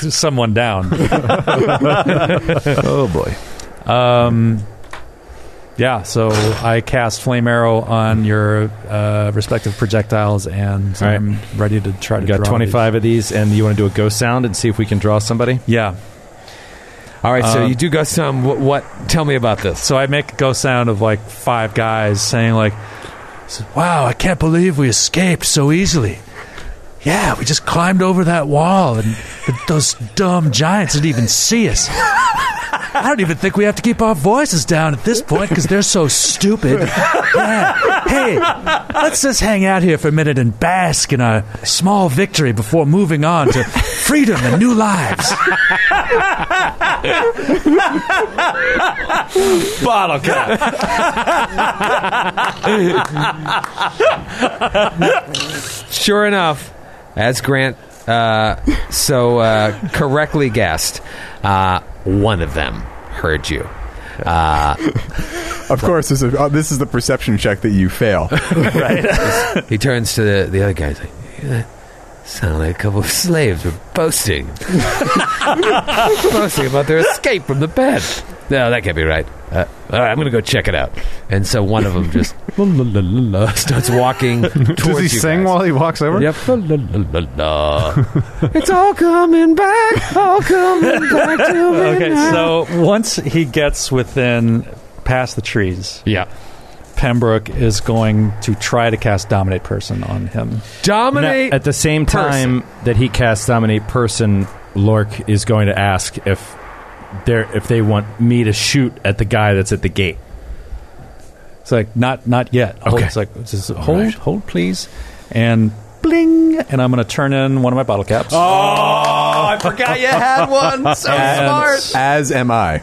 Speaker 8: *laughs*
Speaker 7: someone down.
Speaker 8: oh boy,
Speaker 7: Um, yeah, so I cast Flame Arrow on your uh, respective projectiles, and
Speaker 6: All right.
Speaker 7: I'm ready to try
Speaker 6: We
Speaker 7: to
Speaker 6: got
Speaker 7: draw
Speaker 6: twenty five of these, and you want to do a ghost sound and see if we can draw somebody. Uh,
Speaker 7: these. Yeah,
Speaker 2: All right, so
Speaker 7: Um,
Speaker 2: you do go some. What, what? Tell me about this.
Speaker 7: so I make a ghost sound of like five guys saying like, "Wow, I can't believe we escaped so easily." Yeah, we just climbed over that wall, and those dumb giants didn't even see us. I don't even think we have to keep our voices down at this point because they're so stupid. Yeah. Hey, let's just hang out here for a minute and bask in our small victory before moving on to freedom and new lives.
Speaker 6: Bottle cap.
Speaker 2: Sure enough, as Grant uh, so uh, correctly guessed, uh, one of them heard you. Uh,
Speaker 3: Of course, this is, uh, this is the perception check that
Speaker 6: *laughs*
Speaker 3: you fail.
Speaker 2: he turns to the, the other guy. He's like, "Yeah, sound like a couple of slaves were boasting, *laughs* boasting about their escape from the bed. No, that can't be right. Uh, all right, I'm going to go check it out. And so one of them just *laughs* la, la, la, la, la, starts walking *laughs* towards
Speaker 8: does he
Speaker 2: you
Speaker 8: sing
Speaker 2: guys.
Speaker 8: while he walks over?
Speaker 2: Yep. La, la, la, la, la. *laughs* it's all coming back, all coming back *laughs* to me.
Speaker 7: Okay, so once he gets within past the trees,
Speaker 2: Yeah.
Speaker 7: Pembroke is going to try to cast Dominate Person on him.
Speaker 2: Dominate.
Speaker 6: at the same time that he casts dominate person, Lork is going to ask if they're if they want me to shoot at the guy that's at the *laughs* gate.
Speaker 7: It's like not not yet. Hold,
Speaker 6: Okay.
Speaker 7: It's like it's just, hold hold please, and bling, and I'm going to turn in one of my bottle caps. Oh,
Speaker 6: I forgot you had one.
Speaker 7: *laughs*
Speaker 6: So
Speaker 3: As, as am I.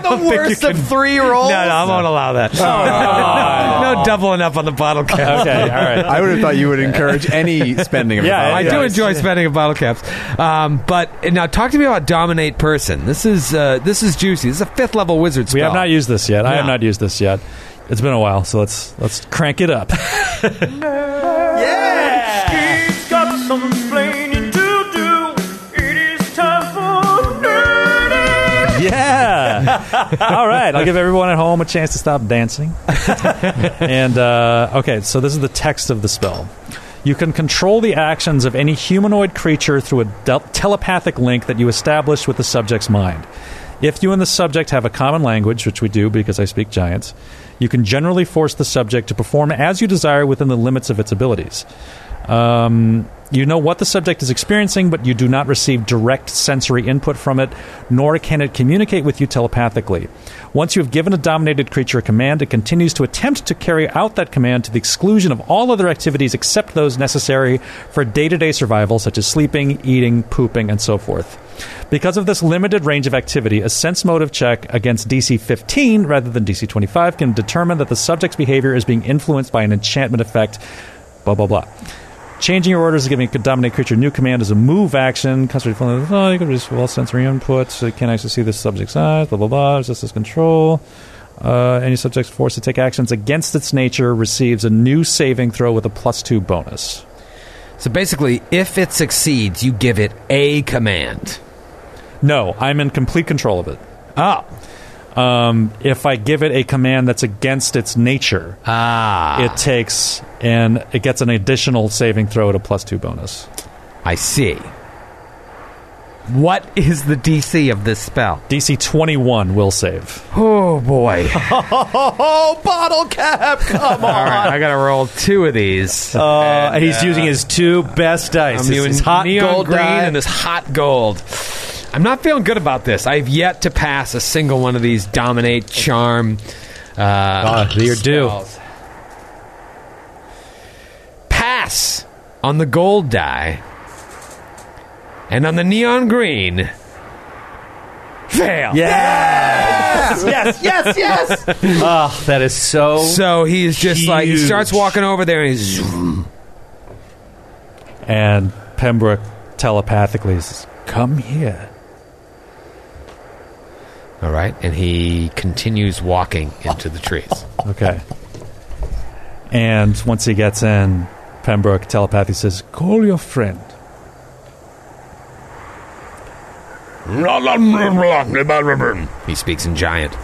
Speaker 6: the worst of three rolls.
Speaker 2: no, I won't allow that. no doubling up on the bottle cap.
Speaker 7: okay,
Speaker 6: *laughs*
Speaker 7: all right.
Speaker 3: I would have thought you would encourage any spending of
Speaker 7: Yeah,
Speaker 3: a
Speaker 2: I
Speaker 3: dollar.
Speaker 2: do enjoy spending a bottle caps, um, but and now talk to me about dominate person. This is uh, this is juicy. This is a fifth level wizard spell.
Speaker 7: We have not used this yet. I have
Speaker 2: No.
Speaker 7: not used this yet. It's been a while, so let's let's crank it up. *laughs* yeah. *laughs* All right. I'll give everyone at home a chance to stop dancing. and uh, okay, so this is the text of the spell. You can control the actions of any humanoid creature through a del- telepathic link that you establish with the subject's mind. If you and the subject have a common language, which we do because I speak giants, you can generally force the subject to perform as you desire within the limits of its abilities. Um, you know what the subject is experiencing, but you do not receive direct sensory input from it, nor can it communicate with you telepathically. Once you have given a dominated creature a command, it continues to attempt to carry out that command to the exclusion of all other activities except those necessary for day to day survival, such as sleeping, eating, pooping, and so forth. Because of this limited range of activity, a sense motive check against DC 15 rather than DC 25 can determine that the subject's behavior is being influenced by an enchantment effect, blah, blah, blah. Changing your orders, giving a dominate creature new command is a move action. Concentrate fully- oh, you can reduce all sensory inputs. So you can't actually see the subject's eyes. Blah blah blah. Resistance control. Uh, any subject's forced to take actions against its nature receives a new saving throw with a plus two bonus.
Speaker 2: So basically, if it succeeds, you give it a command.
Speaker 7: No, I'm in complete control of it.
Speaker 2: Ah,
Speaker 7: Um, if I give it a command that's against its nature,
Speaker 2: ah.
Speaker 7: it takes and it gets an additional saving throw at a plus two bonus.
Speaker 2: I see. What is the DC of this spell?
Speaker 7: DC 21 will save.
Speaker 2: Oh boy!
Speaker 6: Oh, bottle cap.
Speaker 2: *laughs*
Speaker 6: Come
Speaker 2: All right, I gotta roll two of these.
Speaker 6: Uh, and he's using his two best dice.
Speaker 2: I'm
Speaker 6: His-
Speaker 2: doing
Speaker 6: his hot
Speaker 2: neon
Speaker 6: gold
Speaker 2: green
Speaker 6: die.
Speaker 2: and this hot gold. I'm not feeling good about this. I've yet to pass a single one of these dominate charm. Uh,
Speaker 6: Ah, you're due.
Speaker 2: spells. Pass on the gold die, and on the neon green. Fail.
Speaker 7: Yeah!
Speaker 9: Yes, yes, yes, yes.
Speaker 6: oh, that is so.
Speaker 2: So he is just like he starts walking over there and he's
Speaker 7: And Pembroke telepathically says, Come here.
Speaker 2: all right, and he continues walking into the trees.
Speaker 7: Okay. And once he gets in, Pembroke telepathy says, Call your friend.
Speaker 2: He speaks in giant,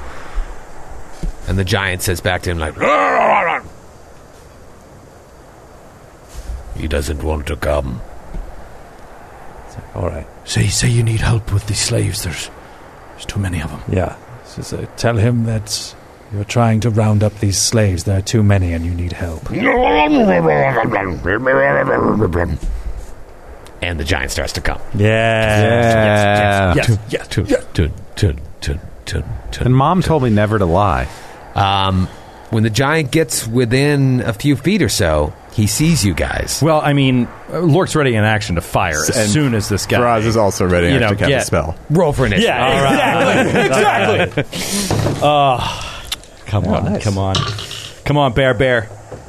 Speaker 2: and the giant says back to him like,
Speaker 1: He doesn't want to come.
Speaker 7: All right.
Speaker 5: Say, say you need help with the slaves. There's, there's too many of them.
Speaker 7: Yeah. Says, uh, Tell him that you're trying to round up these slaves. There are too many and you need help.
Speaker 2: and the giant starts to come.
Speaker 7: Yeah.
Speaker 8: Yeah.
Speaker 7: Yes, yes, yes.
Speaker 8: And mom told me never to lie.
Speaker 2: Um, when the giant gets within a few feet or so, he sees you guys.
Speaker 6: Well, I mean, uh, Lork's ready in action to fire as
Speaker 3: And
Speaker 6: soon as this guy.
Speaker 3: Faraz is also ready
Speaker 6: You
Speaker 3: after
Speaker 6: know,
Speaker 3: to cast
Speaker 6: yeah.
Speaker 3: a spell.
Speaker 2: Roll for Uh, initiative.
Speaker 6: Yeah,
Speaker 2: *laughs*
Speaker 6: exactly. exactly. Oh, come on, come on, come on, bear, bear,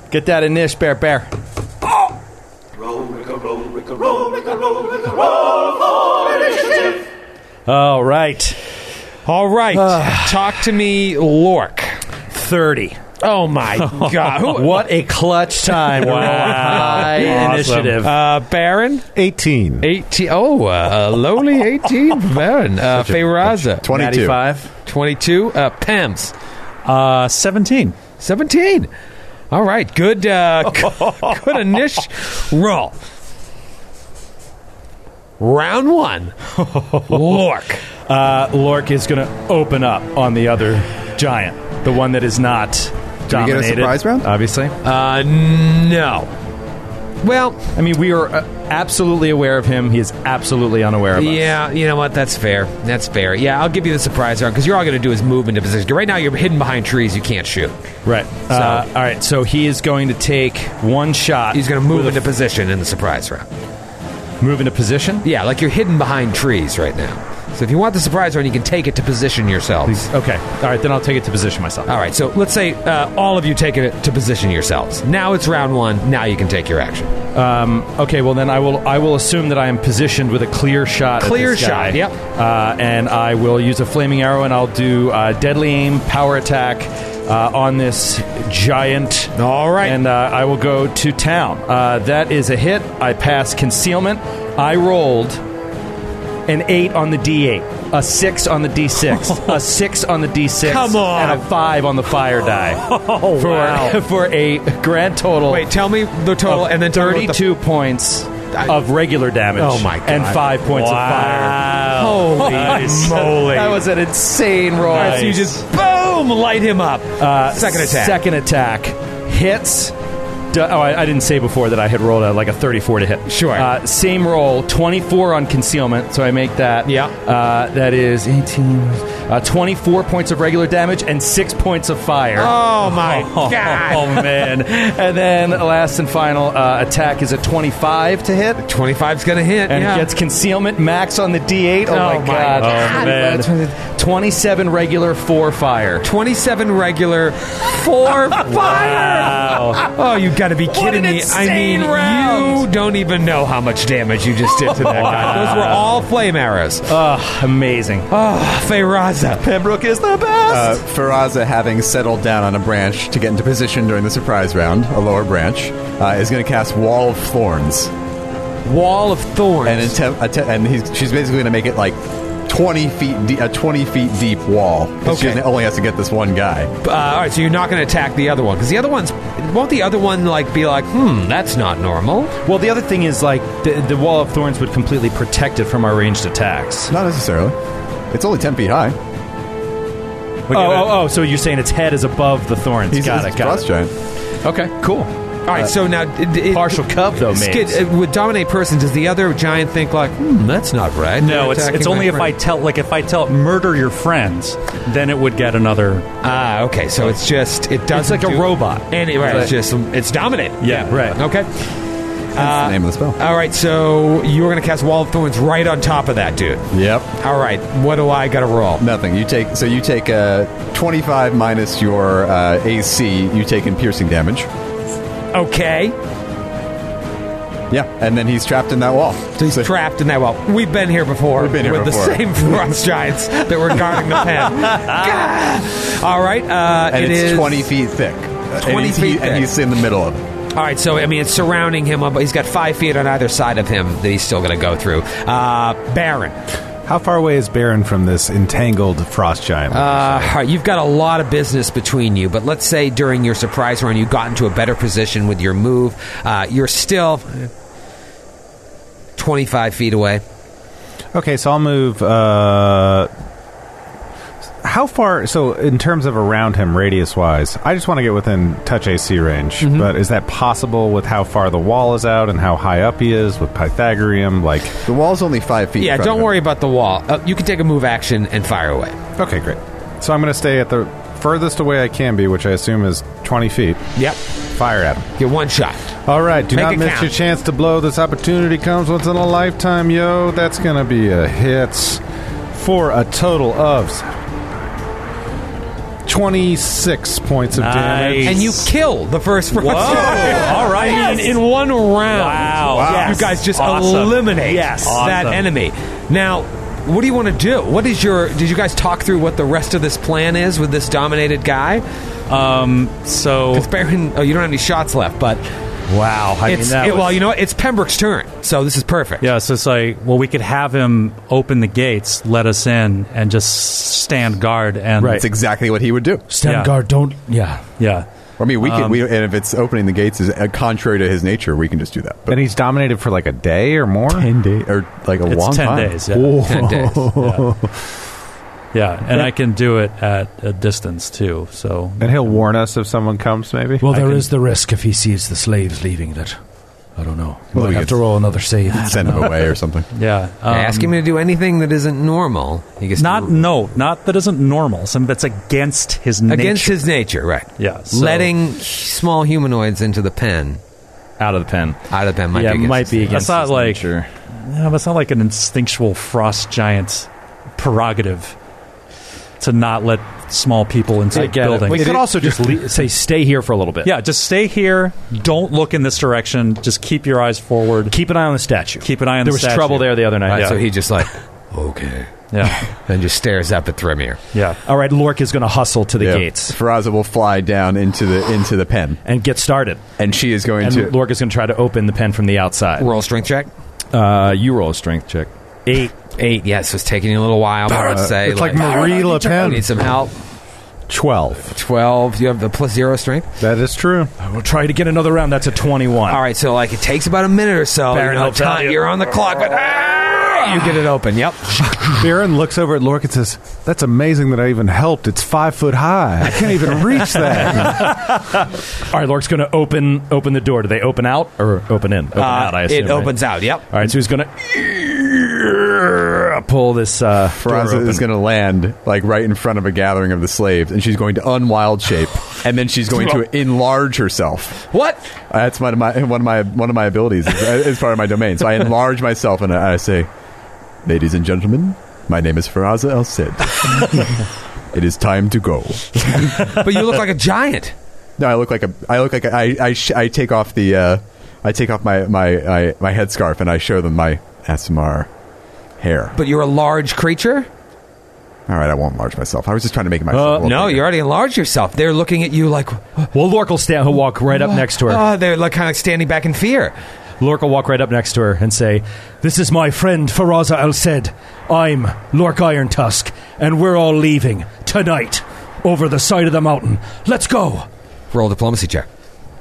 Speaker 6: get that initiative, bear, bear. All right,
Speaker 2: All right, talk to me, Lork.
Speaker 6: thirty.
Speaker 2: Oh my
Speaker 6: *laughs*
Speaker 2: god! Who-
Speaker 6: What a clutch
Speaker 2: *laughs*
Speaker 6: time! wow, high initiative.
Speaker 2: Uh, Baron,
Speaker 8: 18.
Speaker 2: eighteen. Oh, uh, a lowly eighteen. for Baron, uh, Feyraza,
Speaker 3: 22.
Speaker 2: twenty-two. Uh, Pems,
Speaker 7: Uh, 17.
Speaker 2: seventeen. All right, good,
Speaker 6: *laughs*
Speaker 2: uh, good, good initial roll. Round one,
Speaker 6: *laughs*
Speaker 2: Lork.
Speaker 6: Uh, Lork is going to open up on the other giant, the one that is not
Speaker 3: Do we get a
Speaker 6: dominated.
Speaker 3: surprise round?
Speaker 6: Obviously,
Speaker 2: Uh, no. Well,
Speaker 6: I mean, we are uh, absolutely aware of him. He is absolutely unaware of us.
Speaker 2: Yeah, you know what? That's fair. That's fair. Yeah, I'll give you the surprise round because you're all going to do is move into position. Right now, you're hidden behind trees. You can't shoot.
Speaker 6: Right. Uh, all right. So he is going to take one shot.
Speaker 2: He's going to move
Speaker 6: with
Speaker 2: into
Speaker 6: a-
Speaker 2: position in the surprise round.
Speaker 6: move into position.
Speaker 2: Yeah, like you're hidden behind trees right now. So if you want the surprise round, you can take it to position yourselves.
Speaker 6: Okay. All right. Then I'll take it to position myself.
Speaker 2: All right. So let's say uh, all of you take it to position yourselves. Now it's round one. Now you can take your action.
Speaker 6: Um, okay. Well, then I will. I will assume that I am positioned with a clear shot. at
Speaker 2: Clear
Speaker 6: this guy.
Speaker 2: shot, yep.
Speaker 6: Uh, and I will use a flaming arrow, and I'll do uh, deadly aim, power attack uh, on this giant.
Speaker 2: All right.
Speaker 6: And uh, I will go to town. Uh, that is a hit. I pass concealment. I rolled an eight on the D8, a six on
Speaker 2: *laughs*
Speaker 6: the D6, a six on the D6,
Speaker 2: Come on.
Speaker 6: and a five on the
Speaker 2: *laughs*
Speaker 6: fire die. Oh, for,
Speaker 2: wow.
Speaker 6: *laughs* for a grand total.
Speaker 2: Wait, tell me the total
Speaker 6: of
Speaker 2: and then tell me what the-
Speaker 6: 32 points of regular damage.
Speaker 2: Oh, my God.
Speaker 6: And five points
Speaker 2: *laughs*
Speaker 6: of fire.
Speaker 2: Holy
Speaker 6: moly! That was an insane roll.
Speaker 2: All right, so you just boom light him up.
Speaker 6: Uh,
Speaker 2: second attack.
Speaker 6: Second attack hits. D- Oh, I, I didn't say before that I had rolled a, like a 34 to hit.
Speaker 2: Sure.
Speaker 6: Uh, same roll, 24 on concealment, so I make that.
Speaker 2: Yeah.
Speaker 6: Uh, that is 18, uh, 24 points of regular damage and six points of fire.
Speaker 2: oh my god!
Speaker 6: Oh, *laughs* man. and then last and final uh, attack is a 25 to hit.
Speaker 2: 25's going to hit.
Speaker 6: And
Speaker 2: yeah.
Speaker 6: gets concealment max on the D8. Oh,
Speaker 2: Oh,
Speaker 6: my
Speaker 2: my
Speaker 6: god.
Speaker 2: God.
Speaker 6: That's- 27 regular, 4 fire.
Speaker 2: 27 regular,
Speaker 6: *laughs*
Speaker 2: 4 fire! Oh, you gotta be kidding me. I mean, you don't even know how much damage you just did to that
Speaker 6: *laughs*
Speaker 2: guy. Those were all flame arrows.
Speaker 6: Ugh, amazing.
Speaker 2: Oh, Feyraza.
Speaker 6: Uh. Pembroke is the best.
Speaker 3: Uh, Faraza, having settled down on a branch to get into position during the surprise round, a lower branch, uh, is going to cast Wall of Thorns,
Speaker 2: Wall of Thorns.
Speaker 3: and attempt, atte- and he's, she's basically going to make it like twenty feet de- a twenty feet deep wall. 'cause She
Speaker 2: Okay.
Speaker 3: only has to get this one guy.
Speaker 2: uh, alright, so you're not gonna attack the other one, because the other one's. Won't the other one, like, be like, hmm, that's not normal?
Speaker 6: Well, the other thing is, like, the, the Wall of Thorns would completely protect it from our ranged attacks.
Speaker 3: Not necessarily. It's only ten feet high.
Speaker 6: Oh, oh, oh, so you're saying its head is above the thorns.
Speaker 3: He's
Speaker 6: got
Speaker 3: he's
Speaker 6: it, got
Speaker 3: frost
Speaker 6: it.
Speaker 3: giant.
Speaker 6: Okay, cool.
Speaker 7: uh,
Speaker 2: Alright, so now. It, it-
Speaker 6: Partial cub, though,
Speaker 2: Skid,
Speaker 6: Maze.
Speaker 2: uh, with dominate person, does the other giant think, like, hmm, that's not right?
Speaker 7: No,
Speaker 2: They're
Speaker 7: it's
Speaker 2: attacking
Speaker 7: it's
Speaker 2: my
Speaker 7: only if
Speaker 2: friend.
Speaker 7: I tell like if I tell murder your friends, then it would get another.
Speaker 2: Ah, okay. So it's just it does
Speaker 6: like a robot.
Speaker 2: Anyway, it's just it's dominate.
Speaker 7: Yeah, right.
Speaker 2: Okay. Uh,
Speaker 3: name of the spell.
Speaker 2: All right, so you're going to cast Wall of Thorns right on top of that dude.
Speaker 3: Yep.
Speaker 2: All right, what do I got to roll?
Speaker 3: Nothing. You take so you take uh, twenty five minus your uh, AC. You take in piercing damage.
Speaker 2: Okay.
Speaker 3: Yeah, and then he's trapped in that wall.
Speaker 2: So he's trapped in that wall. We've been here before
Speaker 3: We've been here
Speaker 2: with
Speaker 3: before.
Speaker 2: the same frost giants that were guarding the
Speaker 3: *laughs*
Speaker 2: pen. Gah! All right, uh,
Speaker 3: and
Speaker 2: it
Speaker 3: it's
Speaker 2: is-
Speaker 3: twenty feet thick.
Speaker 2: 20
Speaker 3: and he's,
Speaker 2: feet
Speaker 3: and
Speaker 2: thick.
Speaker 3: he's in the middle of it.
Speaker 2: All right, so I mean, it's surrounding him, but he's got five feet on either side of him that he's still going to go through. Uh, Baron,
Speaker 8: How far away is Baron from this entangled frost giant?
Speaker 2: uh, all right, you've got a lot of business between you, but let's say during your surprise run, you got into a better position with your move. Uh, you're still eh, 25 feet away.
Speaker 8: Okay, so I'll move. Uh, how far? So, in terms of around him, radius wise, I just want to get within touch AC range. But is that possible with how far the wall is out and how high up he is with Pythagorean? Like,
Speaker 3: The wall's only five feet.
Speaker 2: Yeah,
Speaker 3: in front
Speaker 2: don't
Speaker 3: of him.
Speaker 2: worry about the wall. Uh, you can take a move action and fire away.
Speaker 8: okay, great. So I'm going to stay at the furthest away I can be, which I assume is 20 feet.
Speaker 2: Yep,
Speaker 8: Fire at him.
Speaker 2: get one shot.
Speaker 8: All right, do
Speaker 2: Make
Speaker 8: not
Speaker 2: it
Speaker 8: miss
Speaker 2: count.
Speaker 8: your chance to blow. This opportunity comes once in a lifetime, yo. That's going to be a hit for a total of 26 points of damage.
Speaker 2: And you kill the first frost *laughs* giant.
Speaker 7: All right.
Speaker 2: I mean, in one round,
Speaker 7: Wow. Yes.
Speaker 2: you guys just
Speaker 7: Awesome.
Speaker 2: eliminate
Speaker 7: Yes.
Speaker 2: that
Speaker 7: Awesome.
Speaker 2: enemy. Now, what do you want to do? What is your? Did you guys talk through what the rest of this plan is with this dominated guy?
Speaker 7: Um, so
Speaker 2: Because Baron, oh, you don't have any shots left, but
Speaker 7: wow, I
Speaker 2: it's it- well, you know what? It's Pembroke's turn, so this is perfect.
Speaker 7: yeah. So it's like, well, we could have him open the gates, let us in, and just stand guard. And
Speaker 3: That's exactly what he would do.
Speaker 5: Stand
Speaker 7: Yeah.
Speaker 5: guard, don't. Yeah.
Speaker 7: yeah,
Speaker 3: I mean, we can.
Speaker 6: Um,
Speaker 3: we, and if it's opening the gates is uh, contrary to his nature, we can just do that. But
Speaker 8: and he's dominated for like a day or more?
Speaker 3: day
Speaker 8: *laughs*
Speaker 3: or like a
Speaker 7: it's
Speaker 3: long
Speaker 7: ten
Speaker 3: time.
Speaker 7: days. Yeah.
Speaker 2: Ten days.
Speaker 7: Yeah, and I can do it at a distance too. So
Speaker 8: And he'll warn us if someone comes, maybe?
Speaker 5: Well, there is the risk if he sees the slaves leaving that. I don't know. We
Speaker 3: Well,
Speaker 5: might
Speaker 3: we
Speaker 5: have
Speaker 3: could-
Speaker 5: to roll another save.
Speaker 3: Send him away or something.
Speaker 7: yeah, um,
Speaker 2: Ask him to do anything that isn't normal. He gets
Speaker 7: Not no, not that isn't normal. Something that's against his nature.
Speaker 2: against his nature, right?
Speaker 7: yeah, so-
Speaker 2: Letting small humanoids into the pen,
Speaker 6: out of the pen.
Speaker 2: out of the pen, might
Speaker 6: yeah,
Speaker 2: be
Speaker 6: it
Speaker 2: against
Speaker 6: might
Speaker 2: his
Speaker 6: be
Speaker 2: nature.
Speaker 6: against.
Speaker 7: That's not
Speaker 6: his
Speaker 7: like-
Speaker 6: nature.
Speaker 7: Yeah, but it's not like an instinctual frost giant prerogative to not let small people into
Speaker 6: I
Speaker 7: the
Speaker 6: get it.
Speaker 7: building.
Speaker 6: We could also just le- say stay here for a little bit.
Speaker 7: yeah, just stay here. Don't look in this direction. Just keep your eyes forward.
Speaker 6: keep an eye on the statue.
Speaker 7: Keep an eye
Speaker 6: there
Speaker 7: on the
Speaker 6: was
Speaker 7: statue.
Speaker 6: trouble there the other night.
Speaker 2: All right,
Speaker 6: yeah.
Speaker 2: So he just like *laughs* okay,
Speaker 7: Yeah,
Speaker 2: and just stares up at Thrymir.
Speaker 7: yeah.
Speaker 6: All right, Lork is going to hustle to *laughs* the
Speaker 3: Yeah.
Speaker 6: gates
Speaker 3: Faraza will fly down into the into the pen,
Speaker 6: and get started.
Speaker 3: and she is going
Speaker 6: And
Speaker 3: to.
Speaker 6: Lork is going to try to open the pen from the outside.
Speaker 2: Roll strength check.
Speaker 6: Uh, you roll a strength check. *laughs* Eight.
Speaker 2: Eight. Yes, it's taking you a little while. But let's say
Speaker 8: it's like Marie Le
Speaker 2: You
Speaker 8: Pen.
Speaker 2: need some help.
Speaker 8: 12.
Speaker 2: Twelve. You have the plus zero strength.
Speaker 8: That is true.
Speaker 6: I will try to get another round. That's a twenty-one.
Speaker 2: All right. So like it takes about a minute or so.
Speaker 6: Baron
Speaker 2: you know,
Speaker 6: will tell
Speaker 2: time-
Speaker 6: you.
Speaker 2: You're on the clock, but ah, you get it open. Yep.
Speaker 8: Baron looks over at Lork and says, That's amazing that I even helped. It's five foot high. I can't even reach that.
Speaker 6: All right, Lork's going to open open the door. Do they open out or open in? Open out. I
Speaker 2: Uh,
Speaker 6: assume
Speaker 2: it
Speaker 6: right?
Speaker 2: opens out. Yep.
Speaker 6: All right, so he's going to pull this uh, door
Speaker 3: Faraza
Speaker 6: open.
Speaker 3: is going to land like right in front of a gathering of the slaves, and she's going to unwild shape, and then
Speaker 6: *laughs*
Speaker 3: she's going to enlarge herself.
Speaker 2: What?
Speaker 3: That's one of my one of my one of my abilities. It's, it's part of my domain. So I enlarge myself, and I I say, "Ladies and gentlemen, my name is Faraza El
Speaker 6: *laughs*
Speaker 3: Cid. it is time to go."
Speaker 2: But you look like a giant.
Speaker 3: No, I look like a. I look like a, I. I, sh- I take off the. Uh, I take off my my I, my headscarf and I show them my ASMR hair.
Speaker 2: But you're a large creature.
Speaker 3: All right, I won't enlarge myself. I was just trying to make myself. a little
Speaker 2: Uh, No,
Speaker 3: bigger.
Speaker 2: you Oh, already enlarged yourself. They're looking at you like.
Speaker 6: Well, Lork will stand. He'll walk right up next to her.
Speaker 2: Oh, they're like kind of standing back in fear.
Speaker 6: Lork will walk right up next to her and say, This is my friend Faraza Al Said. I'm Lork Iron Tusk, and we're all leaving tonight over the side of the mountain. Let's go.
Speaker 2: Roll diplomacy check.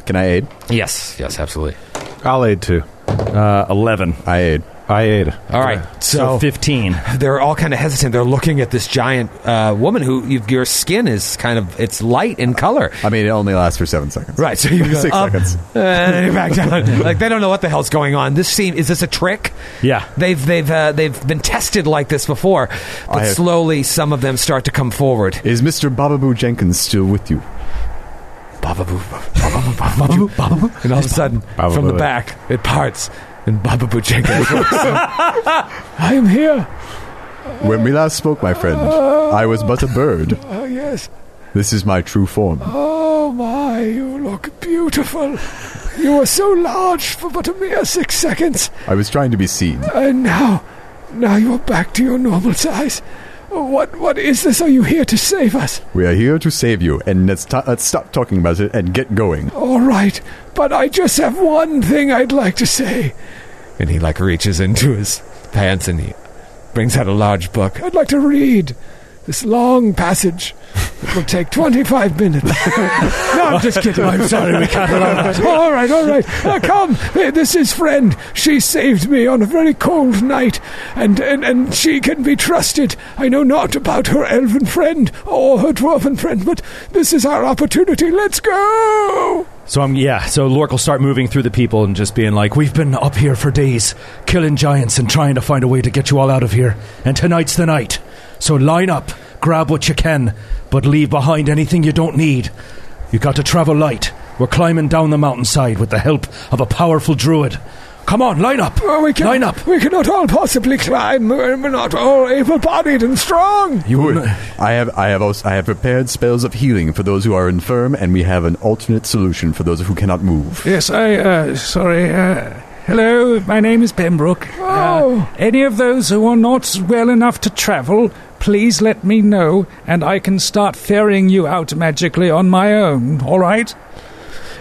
Speaker 3: Can I aid?
Speaker 2: Yes. Yes. Absolutely.
Speaker 8: I'll aid too.
Speaker 6: Uh, 11.
Speaker 3: I aid.
Speaker 8: I aid.
Speaker 2: All right.
Speaker 6: So 15.
Speaker 2: they're all kind of hesitant. They're looking at this giant uh, woman who you your skin is kind of it's light in color.
Speaker 3: I mean, it only lasts for seven seconds.
Speaker 2: Right, so
Speaker 3: *laughs*
Speaker 2: you go
Speaker 3: Six
Speaker 2: up,
Speaker 3: seconds.
Speaker 2: uh, *laughs* and then you're back down. like they don't know what the hell's going on. This scene is this a trick?
Speaker 6: Yeah.
Speaker 2: They've they've uh, they've been tested like this before, but
Speaker 3: I have-
Speaker 2: slowly some of them start to come forward.
Speaker 3: Is Mister Bababoo Jenkins still with you?
Speaker 2: Baba boo, baba
Speaker 5: Bababoo, bababoo. And all of a sudden, from the back, it parts, and Baba
Speaker 3: *laughs*
Speaker 5: Buchenko. I am here.
Speaker 3: When we last spoke, my friend, I was but a bird.
Speaker 4: Oh, yes.
Speaker 3: This is my true form.
Speaker 4: Oh, my, you look beautiful. You were so large for but a mere six seconds.
Speaker 3: I was trying to be seen.
Speaker 4: And now, now you're back to your normal size. What, what is this? Are you here to save us?
Speaker 3: We are here to save you, and let's, ta- let's stop talking about it and get going.
Speaker 4: All right, but I just have one thing I'd like to say.
Speaker 2: and he like reaches into his pants and he brings out a large book.
Speaker 4: I'd like to read this long passage. It will take 25
Speaker 2: *laughs*
Speaker 4: minutes. no, I'm just kidding.
Speaker 5: I'm sorry, we can't allow that.
Speaker 4: all right, all right. Now come. Hey, This is friend. She saved me on a very cold night, and, and, and she can be trusted. I know not about her elven friend or her dwarven friend, but this is our opportunity. Let's go.
Speaker 6: So I'm yeah. So Lork will start moving through the people and just being like,
Speaker 5: We've been up here for days, killing giants and trying to find a way to get you all out of here. And tonight's the night. So line up, grab what you can, but leave behind anything you don't need. You got to travel light. We're climbing down the mountainside with the help of a powerful druid. Come on, line up.
Speaker 4: Oh, we can,
Speaker 5: Line up.
Speaker 4: We cannot all possibly climb. We're we're not all able-bodied and strong.
Speaker 5: You
Speaker 3: Good. I have I have also, I have prepared spells of healing for those who are infirm, and we have an alternate solution for those who cannot move.
Speaker 4: Yes,
Speaker 11: I, uh, sorry, uh, hello, my name is Pembroke.
Speaker 4: Oh.
Speaker 11: Uh, any of those who are not well enough to travel, please let me know, and I can start ferrying you out magically on my own, all right?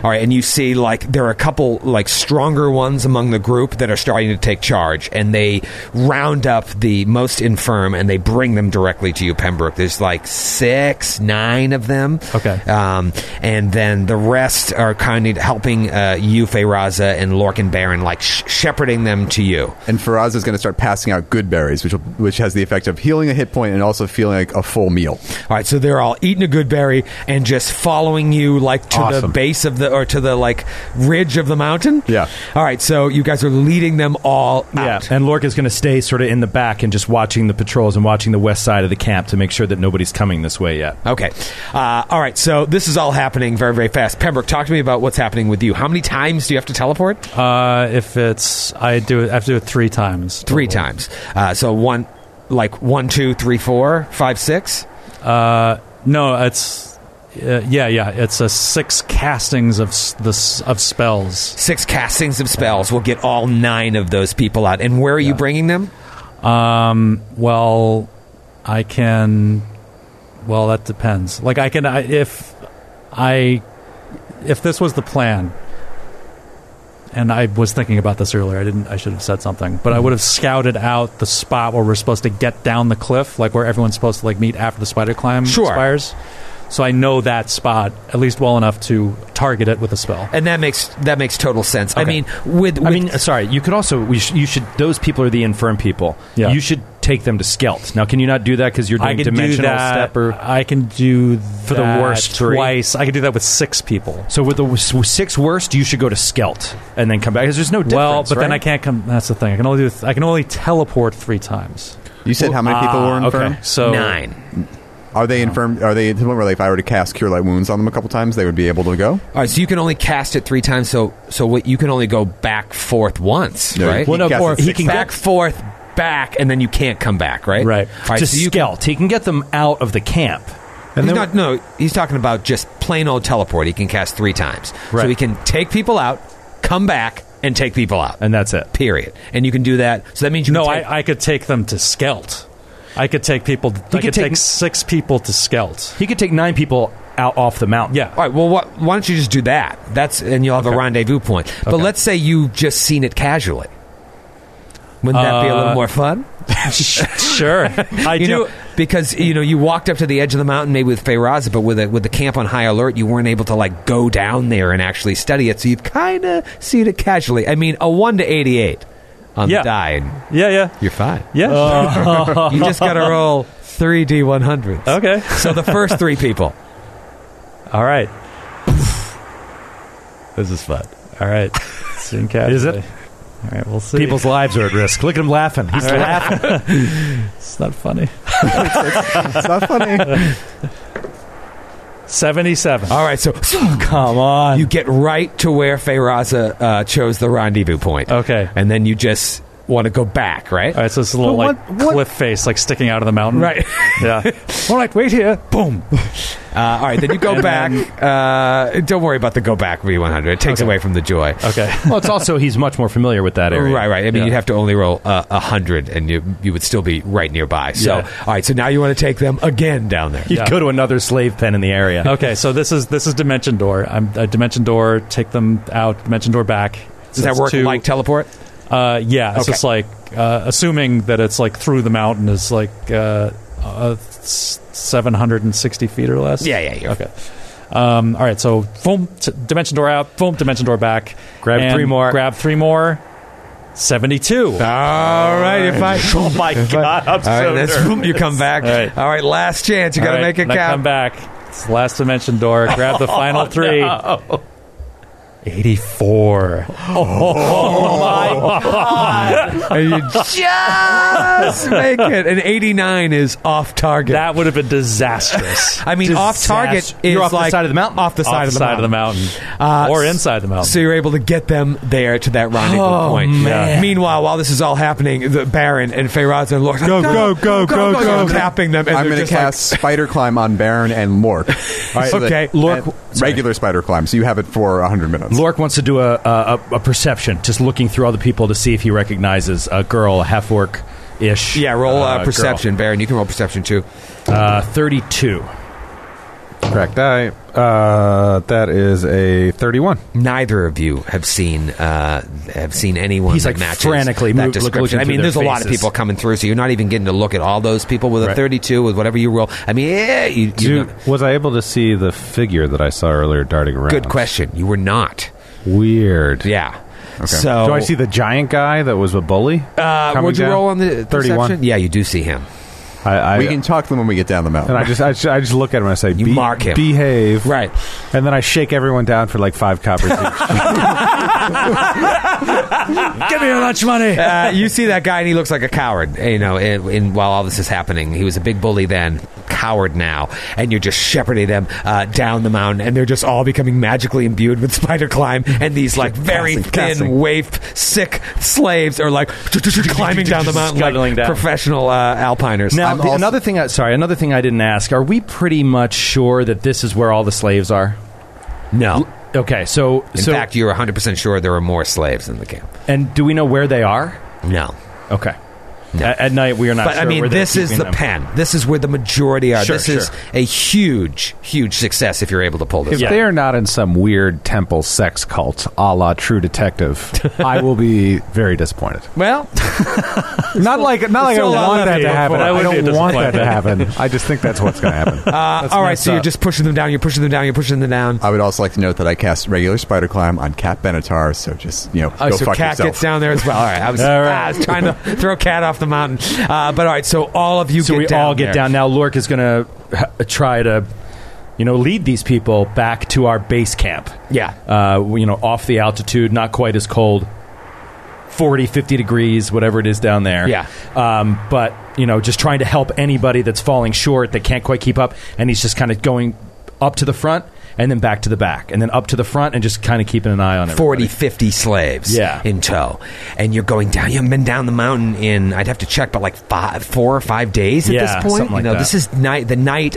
Speaker 2: All right, and you see like there are a couple like stronger ones among the group that are starting to take charge, and they round up the most infirm and they bring them directly to you, Pembroke. There's like six, nine of them. Okay, um, and then the rest are kind of helping uh, you, Feyraza, and Lork and Baron, like sh- shepherding them to you.
Speaker 3: And Faraz is going to start passing out good berries, which will, which has the effect of healing a hit point and also feeling like a full meal.
Speaker 2: All right, so they're all eating a good berry and just following you like to the
Speaker 3: Awesome.
Speaker 2: base of the or to the like ridge of the mountain.
Speaker 3: Yeah.
Speaker 2: All right, so you guys are leading them all out.
Speaker 6: And Lork is going to stay sort of in the back and just watching the patrols and watching the west side of the camp to make sure that nobody's coming this way yet.
Speaker 2: Okay. Uh, all right. So this is all happening very, very fast. Pembroke, talk to me about what's happening with you. How many times do you have to teleport?
Speaker 7: Uh, if it's, I do it. I have to do it three times.
Speaker 2: Three times. Uh, so one, like one, two, three, four, five, six.
Speaker 7: Uh, no, it's uh, yeah, yeah. It's a six castings of s- the s- of spells.
Speaker 2: Six castings of spells will get all nine of those people out. And where are you bringing them?
Speaker 7: Um, well, I can. Well, that depends. Like I can I, if I if this was the plan. And I was thinking about this earlier. I didn't. I should have said something, but I
Speaker 6: Hmm.
Speaker 7: would have scouted out the spot where we're supposed to get down the cliff, like where everyone's supposed to like meet after the spider climb
Speaker 2: Sure.
Speaker 7: expires. So I know that spot at least well enough to target it with a spell.
Speaker 2: And that makes that makes total sense. I
Speaker 6: Okay.
Speaker 2: mean, with, with
Speaker 6: I mean, uh, sorry. You could also we sh- you should those people are the infirm people.
Speaker 7: Yeah.
Speaker 6: You should take them to Skelt. Now, can you not do that because you're
Speaker 7: I
Speaker 6: doing
Speaker 7: can do
Speaker 6: dimensional
Speaker 7: that.
Speaker 6: step or
Speaker 7: I can do
Speaker 6: For the
Speaker 7: that
Speaker 6: worst three?
Speaker 7: twice. I can do that with six people.
Speaker 6: so with the w- s- six worst, you should go to Skelt and then come back. 'Cause There's
Speaker 2: Oh,
Speaker 6: no difference.
Speaker 7: Well, but then I
Speaker 6: right?
Speaker 7: can't come. That's the thing. I can only do. Th- I can only teleport three times.
Speaker 3: You said how many people were
Speaker 6: Ah,
Speaker 3: infirm?
Speaker 6: okay.
Speaker 7: So
Speaker 2: nine.
Speaker 3: Are they infirm? Are they to the point where, like, if I were to cast Cure Light Wounds on them a couple times, they would be able to go?
Speaker 2: All right, so you can only cast it three times. So, so what you can only go back forth once,
Speaker 3: No,
Speaker 2: right?
Speaker 3: he Well, no, casts or it
Speaker 6: he six can
Speaker 2: back
Speaker 6: times.
Speaker 2: forth back, and then you can't come back, right?
Speaker 6: Right.
Speaker 2: All right
Speaker 6: to
Speaker 2: so you can-
Speaker 6: Skelt. He can get them out of the camp.
Speaker 2: he's not. No, he's talking about just plain old teleport. He can cast three times, so
Speaker 6: Right.
Speaker 2: he can take people out, come back, and take people out.
Speaker 6: And that's it.
Speaker 2: period. And you can do that. So that means you
Speaker 7: no,
Speaker 2: Can take,
Speaker 7: I, I could take them to Skelt. I could take people. I could
Speaker 6: could
Speaker 7: take,
Speaker 6: take-
Speaker 7: six people to Skelt.
Speaker 6: He could take nine people out off the mountain.
Speaker 7: Yeah.
Speaker 2: *laughs* All right. Well, what, why don't you just do that? That's and you'll have a rendezvous point. But let's say you've just seen it casually. Wouldn't that be a little
Speaker 7: Uh,
Speaker 2: more fun?
Speaker 7: sure. I
Speaker 2: you
Speaker 7: do.
Speaker 2: know, because you know you walked up to the edge of the mountain maybe with Feyraza, but with a, with the camp on high alert, you weren't able to like go down there and actually study it. So you've kind of seen it casually. I mean, a one to eighty eight on
Speaker 7: Yeah.
Speaker 2: the die, and
Speaker 7: yeah, yeah,
Speaker 2: you're fine.
Speaker 7: yeah.
Speaker 2: Uh.
Speaker 7: *laughs*
Speaker 2: You just got to roll three d one hundreds.
Speaker 7: okay.
Speaker 2: So the first three people.
Speaker 7: All right. this is fun. All right. Soon casually.
Speaker 6: Is it?
Speaker 7: All right. We'll see.
Speaker 6: People's lives are at risk. Look at him laughing. He's laughing.
Speaker 7: It's not funny.
Speaker 3: It's not funny.
Speaker 7: 77.
Speaker 2: All
Speaker 7: *laughs*
Speaker 2: right, so Oh, come on. You get right to where Feyraza uh, chose the rendezvous point. Okay. And then you just want to go back, right? All
Speaker 7: right, so it's a little like cliff face, like sticking out of the mountain.
Speaker 2: Right. *laughs*
Speaker 7: *laughs* Yeah.
Speaker 12: All right, wait here. Boom.
Speaker 2: Uh, all right, then you go
Speaker 7: And
Speaker 2: back. uh, don't worry about the go back V100. It takes away from the joy.
Speaker 7: Okay.
Speaker 6: well, it's also he's much more familiar with that area.
Speaker 2: Right, right. I mean,
Speaker 6: Yeah.
Speaker 2: you'd have to only roll uh, 100 and you you would still be right nearby. So,
Speaker 6: Yeah.
Speaker 2: all right, so now you want to take them again down there.
Speaker 6: You'd go to another slave pen in the area.
Speaker 7: Okay, so this is this is Dimension Door. I'm uh, Dimension Door. Take them out. Dimension Door back.
Speaker 2: Does that
Speaker 7: it's
Speaker 2: work like teleport?
Speaker 7: Uh, yeah, it's
Speaker 2: Okay.
Speaker 7: just like uh, assuming that it's like through the mountain is like uh, uh, s- 760 feet or less.
Speaker 2: Yeah, yeah, yeah.
Speaker 7: Okay. Um, all right, so boom, t- Dimension Door out. Boom, Dimension Door back.
Speaker 6: Grab
Speaker 7: and
Speaker 6: three more.
Speaker 7: Grab three more. 72. All
Speaker 2: right, if I.
Speaker 6: Oh my god, I'm
Speaker 2: All right,
Speaker 6: so
Speaker 2: that's-
Speaker 6: nervous.
Speaker 2: you come back. All right, last chance. You got to make it
Speaker 7: and I
Speaker 2: count.
Speaker 7: Come back. It's the last dimension door. Grab
Speaker 2: *laughs*
Speaker 7: the
Speaker 2: Oh,
Speaker 7: final three. 84.
Speaker 2: and you just make it. And 89 is off target.
Speaker 7: That would have been disastrous. *laughs*
Speaker 2: I mean, off target is
Speaker 6: You're off
Speaker 2: like
Speaker 6: the side of the mountain.
Speaker 2: off the
Speaker 7: Off
Speaker 2: side, of, the
Speaker 7: side of the mountain.
Speaker 2: Uh,
Speaker 7: or inside the mountain.
Speaker 2: So you're able to get them there to that rendezvous
Speaker 6: Oh,
Speaker 2: point.
Speaker 6: man.
Speaker 2: Meanwhile, while this is all happening, the Baron and Feyraz and Lork go, go, go, go, go, tapping them. And
Speaker 3: I'm
Speaker 2: going to
Speaker 3: cast Spider Climb on Baron and Lork. All
Speaker 2: right, Okay.
Speaker 6: Lork-
Speaker 3: and regular Spider Climb, so you have it for 100 minutes.
Speaker 6: Lork wants to do a, a, a- a perception, just looking through other people to see if he recognizes a girl, a half orc ish.
Speaker 2: Yeah, roll uh,
Speaker 6: girl.
Speaker 2: perception, Baron. You can roll perception too.
Speaker 6: Uh, 32.
Speaker 8: Cracked eye. Uh, that is a 31.
Speaker 2: Neither of you have seen uh, have seen anyone.
Speaker 6: He's,
Speaker 2: that
Speaker 6: like,
Speaker 2: matches
Speaker 6: frantically
Speaker 2: that
Speaker 6: move- look-
Speaker 2: description.
Speaker 6: looking
Speaker 2: I mean,
Speaker 6: through
Speaker 2: there's
Speaker 6: their
Speaker 2: a lot of
Speaker 6: faces.
Speaker 2: people coming through, so you're not even getting to look at all those people with a
Speaker 6: Right.
Speaker 2: 32 with whatever you roll. I mean, yeah, you, you
Speaker 8: Do,
Speaker 2: know.
Speaker 8: was I able to see the figure that I saw earlier darting around?
Speaker 2: good question. You were not.
Speaker 8: Weird.
Speaker 2: Yeah. So
Speaker 8: Do I see the giant guy that was a bully?
Speaker 2: Uh,
Speaker 8: coming
Speaker 2: would you
Speaker 8: down?
Speaker 2: roll on the
Speaker 8: 31?
Speaker 2: perception? Yeah, you do see him.
Speaker 8: I, I,
Speaker 3: we can talk to them when we get down the mountain.
Speaker 8: and I just, I just, I just look at him and I say,
Speaker 2: You
Speaker 8: "Be-
Speaker 2: mark him."
Speaker 8: behave,
Speaker 2: Right.
Speaker 8: And then I shake everyone down for like five
Speaker 2: *laughs*
Speaker 8: coppers. each.
Speaker 12: Give me your lunch money.
Speaker 2: Uh, you see that guy, and he looks like a coward. You know, in, in, while all this is happening, he was a big bully then, coward now, and you're just shepherding them uh, down the mountain, and they're just all becoming magically imbued with *laughs* spider climb, and these like very
Speaker 8: Casting,
Speaker 2: thin,
Speaker 8: casting.
Speaker 2: waif, sick slaves are like climbing down the mountain like
Speaker 6: Scuttling down.
Speaker 2: professional uh, alpiners.
Speaker 6: Now,
Speaker 3: I'm
Speaker 6: the,
Speaker 3: also-
Speaker 6: another thing. I, sorry, another thing I didn't ask. Are we pretty much sure that this is where all the slaves are?
Speaker 2: no.
Speaker 6: Okay, so
Speaker 2: In
Speaker 6: so
Speaker 2: fact, you're 100% sure there are more slaves in the camp.
Speaker 6: and do we know where they are?
Speaker 2: No.
Speaker 6: Okay. At, at night, we are not.
Speaker 2: but
Speaker 6: sure
Speaker 2: I mean,
Speaker 6: where they're
Speaker 2: this is
Speaker 6: keeping
Speaker 2: the
Speaker 6: them.
Speaker 2: pen. This is where the majority are.
Speaker 6: Sure,
Speaker 2: this is
Speaker 6: sure.
Speaker 2: a huge, huge success if you're able to pull this.
Speaker 8: if
Speaker 2: off.
Speaker 8: they are not in some weird temple sex cult, a la True
Speaker 2: *laughs*
Speaker 8: Detective, I will be very disappointed.
Speaker 2: Well,
Speaker 8: Not like, not like I
Speaker 2: still a lot
Speaker 8: want
Speaker 2: of
Speaker 8: that to
Speaker 2: people.
Speaker 8: happen.
Speaker 7: That
Speaker 8: I
Speaker 7: would be a
Speaker 8: don't want that to Ah. happen.
Speaker 7: disappointment.
Speaker 8: I just think that's what's going to *laughs* happen.
Speaker 2: uh, all right.
Speaker 8: messed
Speaker 2: So you're
Speaker 8: up.
Speaker 2: just pushing them down. You're pushing them down. You're pushing them down.
Speaker 3: I would also like to note that I cast regular Spider Climb on Cat Benatar, so just, you know,
Speaker 2: Oh,
Speaker 3: go
Speaker 2: so
Speaker 3: fuck
Speaker 2: cat
Speaker 3: yourself.
Speaker 2: gets down there as well. All right, I was, ah, I was trying to throw cat off the mountain, uh, but all right. So all of you
Speaker 6: So
Speaker 2: get
Speaker 6: we
Speaker 2: down
Speaker 6: all get
Speaker 2: there.
Speaker 6: down now. Lork is going to try to, you know, lead these people back to our base camp.
Speaker 2: Yeah,
Speaker 6: Uh, you know, off the altitude, not quite as cold. 40, 50 degrees, whatever it is down there.
Speaker 2: Yeah.
Speaker 6: Um, but, you know, just trying to help anybody that's falling short that can't quite keep up. And he's just kind of going up to the front and then back to the back and then up to the front and just kind of keeping an eye on it.
Speaker 2: 40, 50 slaves
Speaker 6: Yeah.
Speaker 2: in tow, and you're going down. You haven't been down the mountain in I'd have to check, but like five, four or five days at
Speaker 6: Yeah,
Speaker 2: this point.
Speaker 6: something like
Speaker 2: you know,
Speaker 6: that.
Speaker 2: this is night the night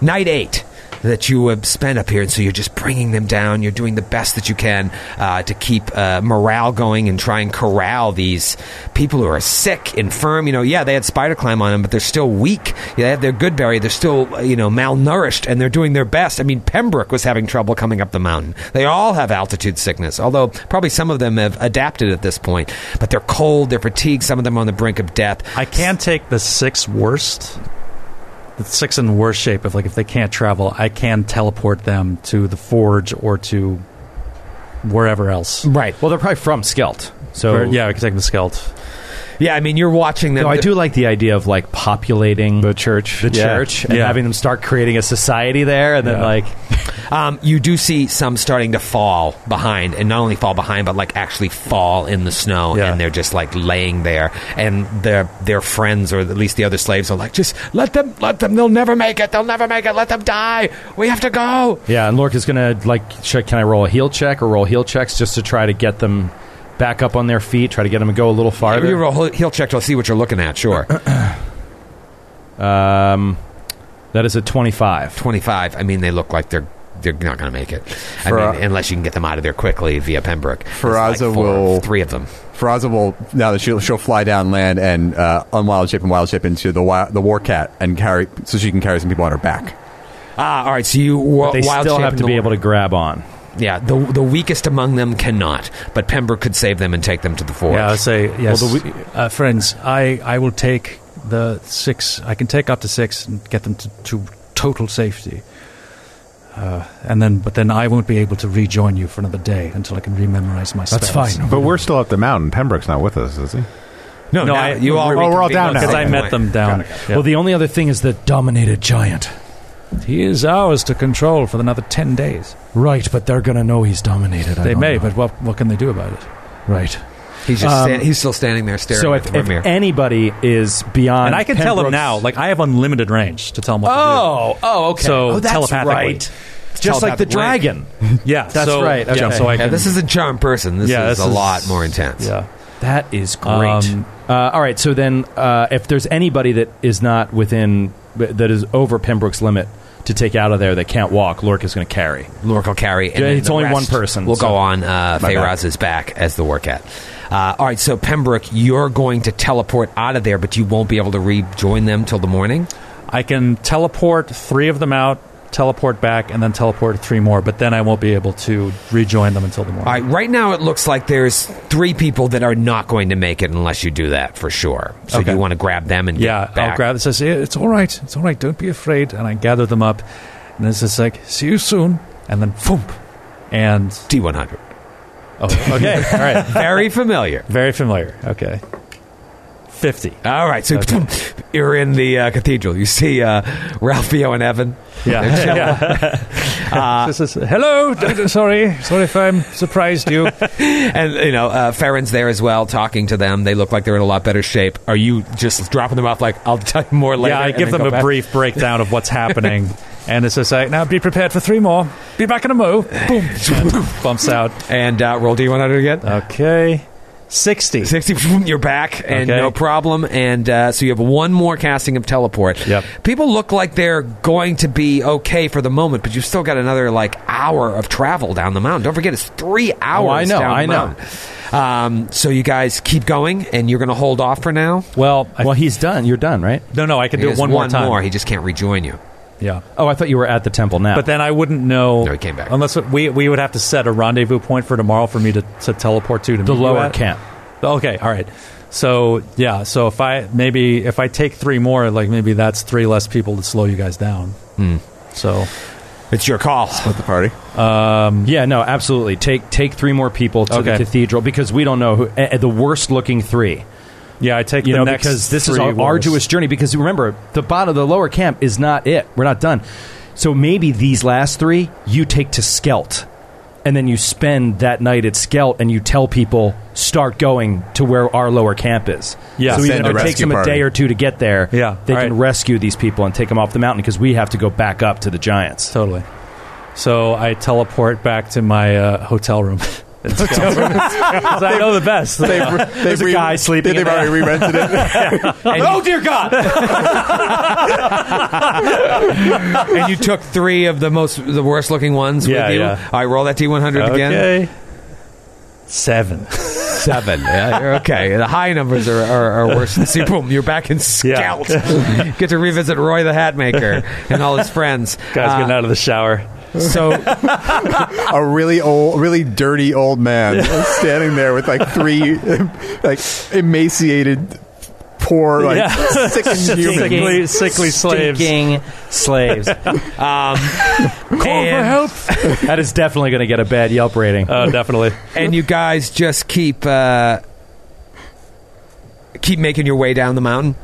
Speaker 2: night eight that you have spent up here, and so you're just bringing them down. You're doing the best that you can uh, to keep uh, morale going and try and corral these people who are sick, infirm. You know, yeah, they had spider climb on them, but they're still weak. Yeah, they have their good berry. They're still uh, you know malnourished, and they're doing their best. I mean, Pembroke was having trouble coming up the mountain. They all have altitude sickness, although probably some of them have adapted at this point. But they're cold, they're fatigued. Some of them are on the brink of death.
Speaker 7: I can take the six worst, the six in worst shape. If like if they can't travel, I can teleport them to the forge or to wherever else.
Speaker 2: Right.
Speaker 6: Well, they're probably from Skelt. So,
Speaker 7: Or- yeah, I can take the skelt.
Speaker 2: Yeah, I mean, you're watching them.
Speaker 6: No, I do like the idea of like populating the
Speaker 8: church.
Speaker 6: church and
Speaker 7: Yeah.
Speaker 6: having them start creating a society there, and then
Speaker 7: Yeah.
Speaker 6: like
Speaker 2: Um, you do see some starting to fall behind, and not only fall behind, but like actually fall in the snow, and they're just like laying there. And their their friends, or at least the other slaves, are like, just let them, let them. They'll never make it. They'll never make it. Let them die. We have to go.
Speaker 6: Yeah, and Lork is gonna like check. Can I roll a heel check or roll heel checks just to try to get them back up on their feet? Try to get them to go a little farther.
Speaker 2: You roll heel- heel check. I'll see what you're looking at. Sure. *clears throat*
Speaker 6: um, that is a twenty-five.
Speaker 2: Twenty-five. I mean, they look like they're they're not going to make it. I
Speaker 4: For,
Speaker 2: mean, unless you can get them out of there quickly via Pembroke. There's,
Speaker 4: Faraza
Speaker 2: like, four-
Speaker 4: will
Speaker 2: three of them.
Speaker 4: Faraza will now that she'll, she'll fly down land and uh, unwild shape and wild shape into the wi- the war cat and carry so she can carry some people on her back.
Speaker 2: Ah, all right. So you wa-
Speaker 6: But they
Speaker 2: wild
Speaker 6: still
Speaker 2: shape
Speaker 6: have to
Speaker 2: in the
Speaker 6: be
Speaker 2: water.
Speaker 6: able to grab on.
Speaker 2: Yeah, the the weakest among them cannot, but Pembroke could save them and take them to the forest.
Speaker 7: Yeah, I would say yes.
Speaker 2: Well, the we-
Speaker 7: uh, friends, I, I will take the six. I can take up to six and get them to, to total safety. Uh, and then, but then I won't be able to rejoin you for another day until I can rememorize my spells.
Speaker 10: But we're still up the mountain. Pembroke's not with us, is he?
Speaker 7: No, No, now I- you all
Speaker 10: Oh, we're all down now.
Speaker 7: Because I
Speaker 10: Okay.
Speaker 7: met them down.
Speaker 5: Well, the only other thing is the dominated giant.
Speaker 11: He is ours to control for another ten days.
Speaker 5: Right, but they're going to know he's dominated. I
Speaker 7: They
Speaker 5: don't
Speaker 7: may,
Speaker 5: know.
Speaker 7: but what what can they do about it?
Speaker 5: Right.
Speaker 2: He's just sta- he's still standing there staring
Speaker 6: So
Speaker 2: at
Speaker 6: if,
Speaker 2: the
Speaker 6: if
Speaker 2: Vormir.
Speaker 6: anybody is beyond,
Speaker 7: And I can tell them
Speaker 6: Pembroke's-
Speaker 7: now. Like I have unlimited range to tell them what
Speaker 6: Oh,
Speaker 7: to do.
Speaker 6: oh, okay.
Speaker 7: So
Speaker 6: oh, that's
Speaker 7: telepathically.
Speaker 6: right. Just like the
Speaker 2: Telepathic
Speaker 6: dragon.
Speaker 7: Yeah,
Speaker 6: that's
Speaker 7: so-
Speaker 6: right.
Speaker 7: yeah,
Speaker 6: okay.
Speaker 7: so I
Speaker 2: Yeah,
Speaker 7: can-
Speaker 2: this is a charmed person. This
Speaker 6: Yeah,
Speaker 2: is
Speaker 6: this
Speaker 2: a
Speaker 6: is-
Speaker 2: lot more intense.
Speaker 7: Yeah.
Speaker 6: That is great.
Speaker 7: Um,
Speaker 6: uh, all right, so then uh, if there's anybody that is not within that is over Pembroke's limit to take out of there that can't walk, Lork is going to carry.
Speaker 2: Lork will carry. And
Speaker 6: Yeah,
Speaker 2: then
Speaker 6: it's
Speaker 2: the
Speaker 6: only
Speaker 2: rest
Speaker 6: one person,
Speaker 2: We'll
Speaker 6: so-
Speaker 2: go on uh,
Speaker 6: My back.
Speaker 2: Feyraz's back as the workout. Uh, all right, so Pembroke, you're going to teleport out of there, but you won't be able to rejoin them till the morning.
Speaker 7: I can teleport three of them out, teleport back, and then teleport three more. But then I won't be able to rejoin them until the morning.
Speaker 2: All right, right now it looks like there's three people that are not going to make it unless you do that for sure. So
Speaker 7: Okay.
Speaker 2: you want to grab them and
Speaker 7: yeah,
Speaker 2: get back.
Speaker 7: I'll grab. It says it's all right. It's all right. Don't be afraid. And I gather them up, and it's just like see you soon. And then foomp, and
Speaker 2: T one hundred.
Speaker 7: Oh, okay. *laughs* all right.
Speaker 2: Very familiar.
Speaker 7: Very familiar. Okay. Fifty.
Speaker 2: All right, so *laughs* you're in the uh, cathedral. You see uh, Ralphio and Evan.
Speaker 7: *laughs* Yeah. Uh,
Speaker 2: They're chilling.
Speaker 7: This is- hello. d- d- sorry. Sorry if I'm surprised *laughs* you.
Speaker 2: and you know, uh, Farron's there as well, talking to them. They look like they're in a lot better shape. Are you just dropping them off? Like I'll tell you more later.
Speaker 7: yeah, I
Speaker 2: and
Speaker 7: give
Speaker 2: then
Speaker 7: them
Speaker 2: go
Speaker 7: a
Speaker 2: back?
Speaker 7: brief breakdown of what's happening. *laughs* And it's just like, now be prepared for three more. Be back in a mo. Boom. And bumps out.
Speaker 2: and uh, roll d100 again.
Speaker 7: Okay.
Speaker 2: *laughs*
Speaker 7: 60.
Speaker 2: 60, you're back, and
Speaker 7: Okay.
Speaker 2: no problem. And uh, so you have one more casting of teleport.
Speaker 7: Yep.
Speaker 2: People look like they're going to be okay for the moment, but you've still got another like hour of travel down the mountain. Don't forget, it's
Speaker 7: Oh,
Speaker 2: three hours.
Speaker 6: I know,
Speaker 2: down the
Speaker 6: I know.
Speaker 2: mountain. Um, so you guys keep going, and you're going to hold off for now.
Speaker 7: Well, I,
Speaker 6: Well, he's done. You're done, right?
Speaker 7: no, no, I can do
Speaker 2: He
Speaker 7: it
Speaker 2: has
Speaker 7: one, more time.
Speaker 2: more. He just can't rejoin
Speaker 7: *laughs*
Speaker 2: you.
Speaker 7: Yeah.
Speaker 6: Oh, I thought you were at the temple now.
Speaker 7: But then I wouldn't know.
Speaker 2: No, he came back.
Speaker 7: Unless we, we would have to set a rendezvous point for tomorrow for me to, to teleport to. to
Speaker 6: the
Speaker 7: meet you
Speaker 6: lower
Speaker 7: at.
Speaker 6: camp.
Speaker 7: Okay, all right. So yeah, so if I maybe if I take three more, like maybe that's three less people to slow you guys down.
Speaker 2: Hmm.
Speaker 7: So
Speaker 2: It's your call.
Speaker 4: Split the party.
Speaker 6: Yeah, no, absolutely. Take take three more people to the
Speaker 7: Okay.
Speaker 6: cathedral because we don't know who eh, eh, the worst looking three.
Speaker 7: yeah, I take
Speaker 6: you
Speaker 7: the
Speaker 6: know,
Speaker 7: next
Speaker 6: because this is
Speaker 7: three
Speaker 6: an
Speaker 7: worst.
Speaker 6: arduous journey. Because remember, the bottom of the lower camp is not it. We're not done. So maybe these last three you take to Skelt, and then you spend that night at Skelt, and you tell people start going to where our lower camp is.
Speaker 7: Yeah.
Speaker 6: so even
Speaker 4: Send
Speaker 6: though
Speaker 4: a
Speaker 6: it takes
Speaker 4: rescue
Speaker 6: them a
Speaker 4: party.
Speaker 6: day or two to get there,
Speaker 7: Yeah,
Speaker 6: they
Speaker 7: all
Speaker 6: can
Speaker 7: right.
Speaker 6: rescue these people and take them off the mountain because we have to go back up to the giants.
Speaker 7: Totally. So I teleport back to my uh, hotel room. *laughs* hotel *laughs* room. I know the best.
Speaker 6: *laughs* There's a guy sleeping.
Speaker 4: They've
Speaker 6: in there.
Speaker 4: already re-rented it.
Speaker 6: oh dear God!
Speaker 2: *laughs* and you took three of the most the worst looking ones
Speaker 7: Yeah,
Speaker 2: with you.
Speaker 7: yeah.
Speaker 2: All right, roll that d100 again.
Speaker 7: Okay. Seven.
Speaker 2: Seven. Yeah, you're okay. The high numbers are, are, are worse. See, boom, you're back in
Speaker 7: Yeah.
Speaker 2: scout. Get to revisit Roy the Hatmaker and all his
Speaker 6: *laughs*
Speaker 2: friends.
Speaker 7: Guys
Speaker 2: Uh,
Speaker 7: getting out of the shower.
Speaker 2: so
Speaker 4: a really old, really dirty old
Speaker 6: *laughs*
Speaker 4: man standing there with like three, *laughs* like emaciated, poor, like
Speaker 7: Yeah.
Speaker 6: *laughs*
Speaker 4: sickened human.
Speaker 7: Sickly, sickly slaves. Um,
Speaker 6: Stinking
Speaker 7: *laughs*
Speaker 6: slaves.
Speaker 2: and-
Speaker 6: that is definitely going to get a bad Yelp rating.
Speaker 7: Oh, definitely.
Speaker 2: and you guys just keep uh, keep making your way down the mountain.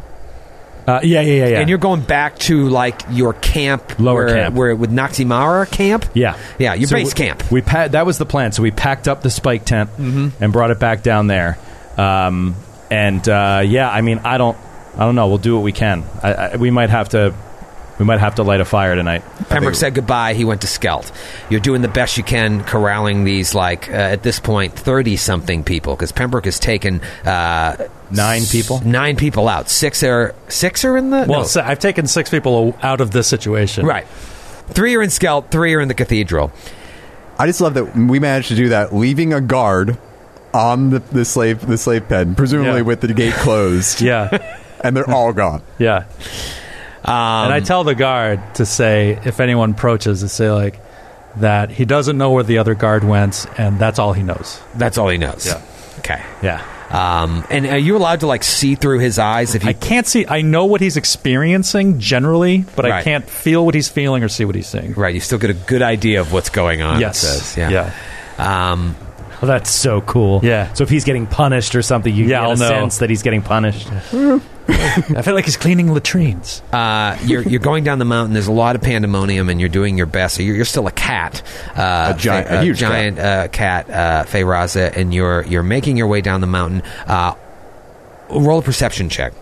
Speaker 6: Uh, yeah, yeah, yeah, yeah.
Speaker 2: And you're going back to like your camp,
Speaker 6: Lower
Speaker 2: where,
Speaker 6: camp.
Speaker 2: where with Noximara camp.
Speaker 6: Yeah,
Speaker 2: yeah, your
Speaker 6: So
Speaker 2: base
Speaker 6: we-
Speaker 2: camp.
Speaker 6: We pa- that was the plan. So we packed up the spike tent and brought it back down there. Um, and uh, yeah, I mean, I don't, I don't know. We'll do what we can. I, I, we might have to, we might have to light a fire tonight.
Speaker 2: Pembroke said goodbye. He went to Skelt. You're doing the best you can corralling these, like, uh, at this point, 30 something people, because Pembroke has taken. Uh,
Speaker 6: Nine people?
Speaker 2: Nine people out. Six are, six are in the.
Speaker 7: *laughs* Well,
Speaker 2: no.
Speaker 7: so I've taken six people o- out of this situation.
Speaker 2: Right. Three are in Skelt, three are in the cathedral.
Speaker 3: I just love that we managed to do that, leaving a guard on the, the slave the slave pen, presumably
Speaker 7: Yeah.
Speaker 3: with the gate
Speaker 7: *laughs*
Speaker 3: closed.
Speaker 7: yeah,
Speaker 3: and they're all gone.
Speaker 7: Yeah. and I tell the guard to say, if anyone approaches, to say, like, that he doesn't know where the other guard went, and that's all he knows.
Speaker 2: That's all he knows.
Speaker 7: Yeah.
Speaker 2: Okay.
Speaker 7: Yeah.
Speaker 2: Um, and are you allowed to, like, see through his eyes if he.
Speaker 7: I can't see. I know what he's experiencing generally, but I
Speaker 2: Right.
Speaker 7: can't feel what he's feeling or see what he's seeing.
Speaker 2: Right. You still get a good idea of what's going on. it
Speaker 7: Yes.
Speaker 2: says. Yeah. yeah. Um,
Speaker 13: Oh, that's so cool.
Speaker 7: Yeah.
Speaker 13: So if he's getting punished or something, you
Speaker 7: Yeah,
Speaker 13: get
Speaker 7: I'll
Speaker 13: a
Speaker 7: know.
Speaker 13: sense that he's getting punished.
Speaker 7: I feel like he's cleaning latrines.
Speaker 2: Uh, you're, you're going down the mountain. There's a lot of pandemonium, and you're doing your best. You're, you're still a cat, uh,
Speaker 3: A giant-
Speaker 2: Fe-
Speaker 3: a huge
Speaker 2: giant cat, uh, cat uh, Feyraza, and you're you're making your way down the mountain. Uh, roll a perception check.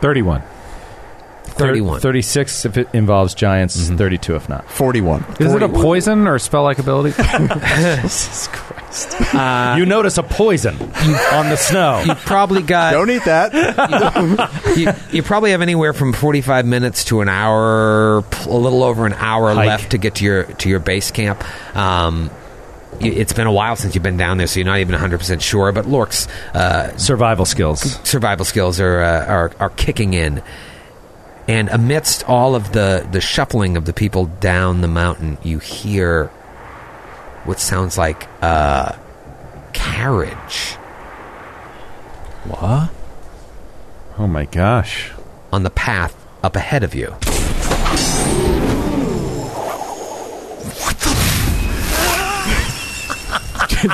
Speaker 6: Thirty-one.
Speaker 2: Thirty-one.
Speaker 6: 36 if it involves giants, 32 if not.
Speaker 3: 41.
Speaker 8: Is it a poison or spell like ability?
Speaker 6: Jesus Christ. you notice a poison on the snow.
Speaker 7: *laughs*
Speaker 2: You probably got
Speaker 3: Don't eat that.
Speaker 2: you, you probably have anywhere from 45 minutes to an hour, pl- a little over an hour
Speaker 6: Hike.
Speaker 2: left to get to your to your base camp. Um, y- it's been a while since you've been down there, so you're not even 100% sure. But Lork's uh,
Speaker 6: Survival skills.
Speaker 2: survival skills are, uh, are are kicking in. And amidst all of the the shuffling of the people down the mountain, you hear what sounds like a carriage
Speaker 7: What?
Speaker 8: *laughs* oh my gosh.
Speaker 2: on the path up ahead of you.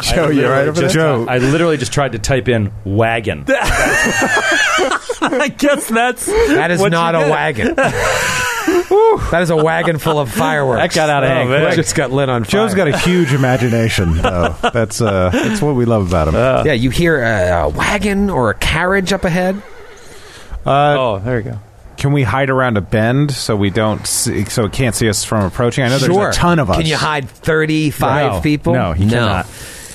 Speaker 3: Joe,
Speaker 6: I
Speaker 3: you all Oh,
Speaker 6: literally
Speaker 3: right over
Speaker 6: just-
Speaker 3: there?
Speaker 6: I literally just tried to type in wagon.
Speaker 7: *laughs* I guess that's
Speaker 2: That is
Speaker 7: what you
Speaker 2: not a
Speaker 6: *laughs*
Speaker 7: did.
Speaker 2: wagon. that is a wagon full of fireworks.
Speaker 6: That got out of
Speaker 2: Oh,
Speaker 6: hand
Speaker 2: man.
Speaker 6: quick.
Speaker 2: Just got lit on fire.
Speaker 8: Joe's got a huge imagination,
Speaker 6: *laughs*
Speaker 8: though. That's uh, that's what we love about him.
Speaker 6: Uh.
Speaker 2: yeah, you hear a, a wagon or a carriage up ahead.
Speaker 6: Uh,
Speaker 7: Oh, there you go.
Speaker 8: Can we hide around a bend so we don't, see, so it can't see us from approaching? I know
Speaker 2: sure.
Speaker 8: there's a ton of us.
Speaker 2: Can you hide 35
Speaker 6: No,
Speaker 2: people?
Speaker 6: No, he cannot.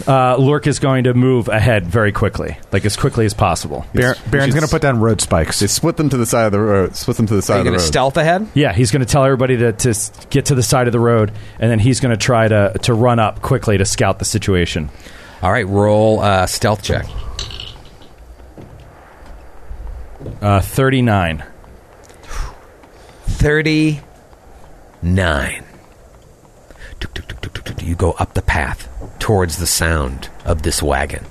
Speaker 6: Uh, Lork is going to move ahead very quickly, like as quickly as possible.
Speaker 8: Bar- Baron's going to put down road spikes.
Speaker 10: Just split them to the side of the road. Split them to the side
Speaker 2: Are you
Speaker 10: of the
Speaker 2: going to
Speaker 10: road.
Speaker 2: stealth ahead?
Speaker 6: Yeah, he's going to tell everybody to, to s- get to the side of the road, and then he's going to try to to run up quickly to scout the situation.
Speaker 2: All right, roll uh, stealth check.
Speaker 6: Uh, Thirty nine.
Speaker 2: 39. Tuk, tuk, tuk, tuk, tuk, tuk. You go up the path towards the sound of this wagon.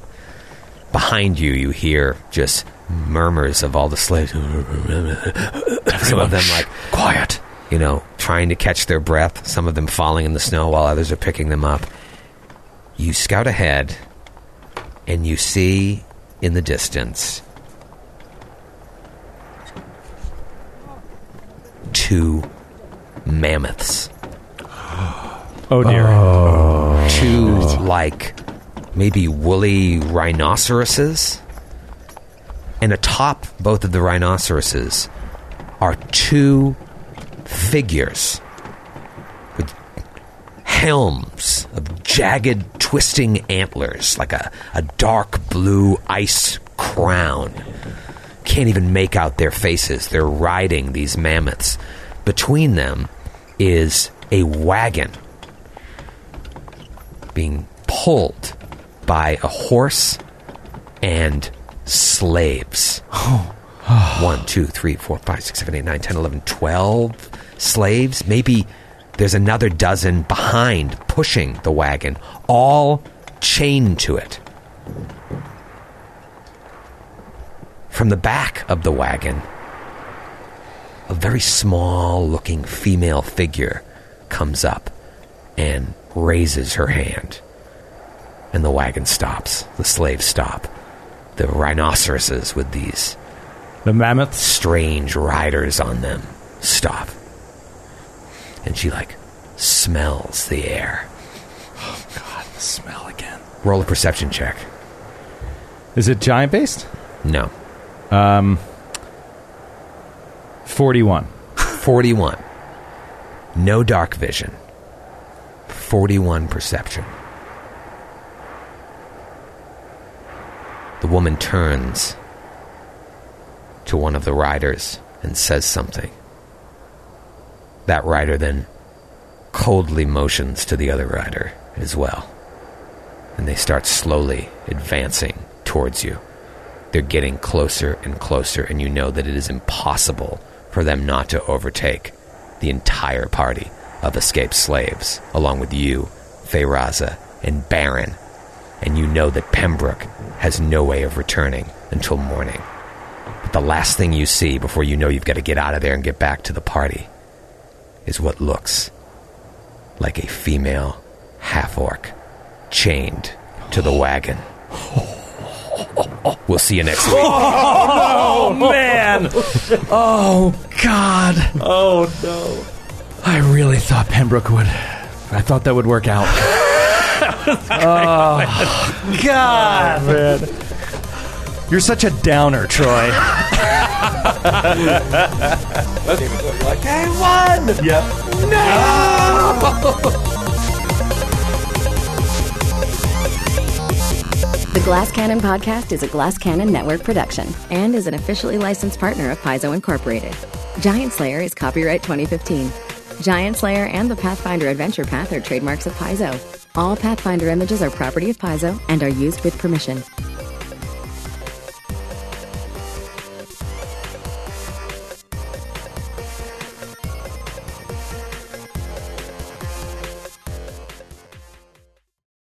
Speaker 2: Behind you, you hear just murmurs of all the slaves. Some of them, like,
Speaker 6: Quiet.
Speaker 2: you know, trying to catch their breath, some of them falling in the snow while others are picking them up. You scout ahead and you see in the distance two mammoths.
Speaker 6: Oh dear.
Speaker 2: Two, like, maybe woolly rhinoceroses. And atop both of the rhinoceroses are two figures with helms of jagged, twisting antlers, like a, a dark blue ice crown. Can't even make out their faces. They're riding these mammoths. Between them is a wagon being pulled by a horse and slaves. One, two, three, four, five, six, seven, eight, nine, ten, eleven, twelve slaves. Maybe there's another dozen behind pushing the wagon, all chained to it. From the back of the wagon, a very small looking female figure comes up and raises her hand. And the wagon stops. The slaves stop. The rhinoceroses with these
Speaker 13: The mammoth?
Speaker 2: Strange riders on them. Stop. And she, like, smells the air. Oh, God, the smell again. Roll a perception check.
Speaker 6: Is it giant based?
Speaker 2: No.
Speaker 6: Um, 41.
Speaker 2: 41. No dark vision. 41 perception. The woman turns to one of the riders and says something. That rider then coldly motions to the other rider as well. And they start slowly advancing towards you. They're getting closer and closer, and you know that it is impossible for them not to overtake the entire party of escaped slaves, along with you, Feyraza, and Baron. And you know that Pembroke has no way of returning until morning. But the last thing you see before you know you've got to get out of there and get back to the party is what looks like a female half orc chained to the wagon. We'll see you next week.
Speaker 13: Oh, man! Oh, God. Oh, no. I really thought Pembroke would. I thought that would work *laughs* out. oh, God. You're such a downer, Troy.
Speaker 14: They won! Yep. No!
Speaker 15: The Glass Cannon Podcast is a Glass Cannon Network production and is an officially licensed partner of Paizo Incorporated. Giant Slayer is copyright 2015. Giant Slayer and the Pathfinder Adventure Path are trademarks of Paizo. All Pathfinder images are property of Paizo and are used with permission.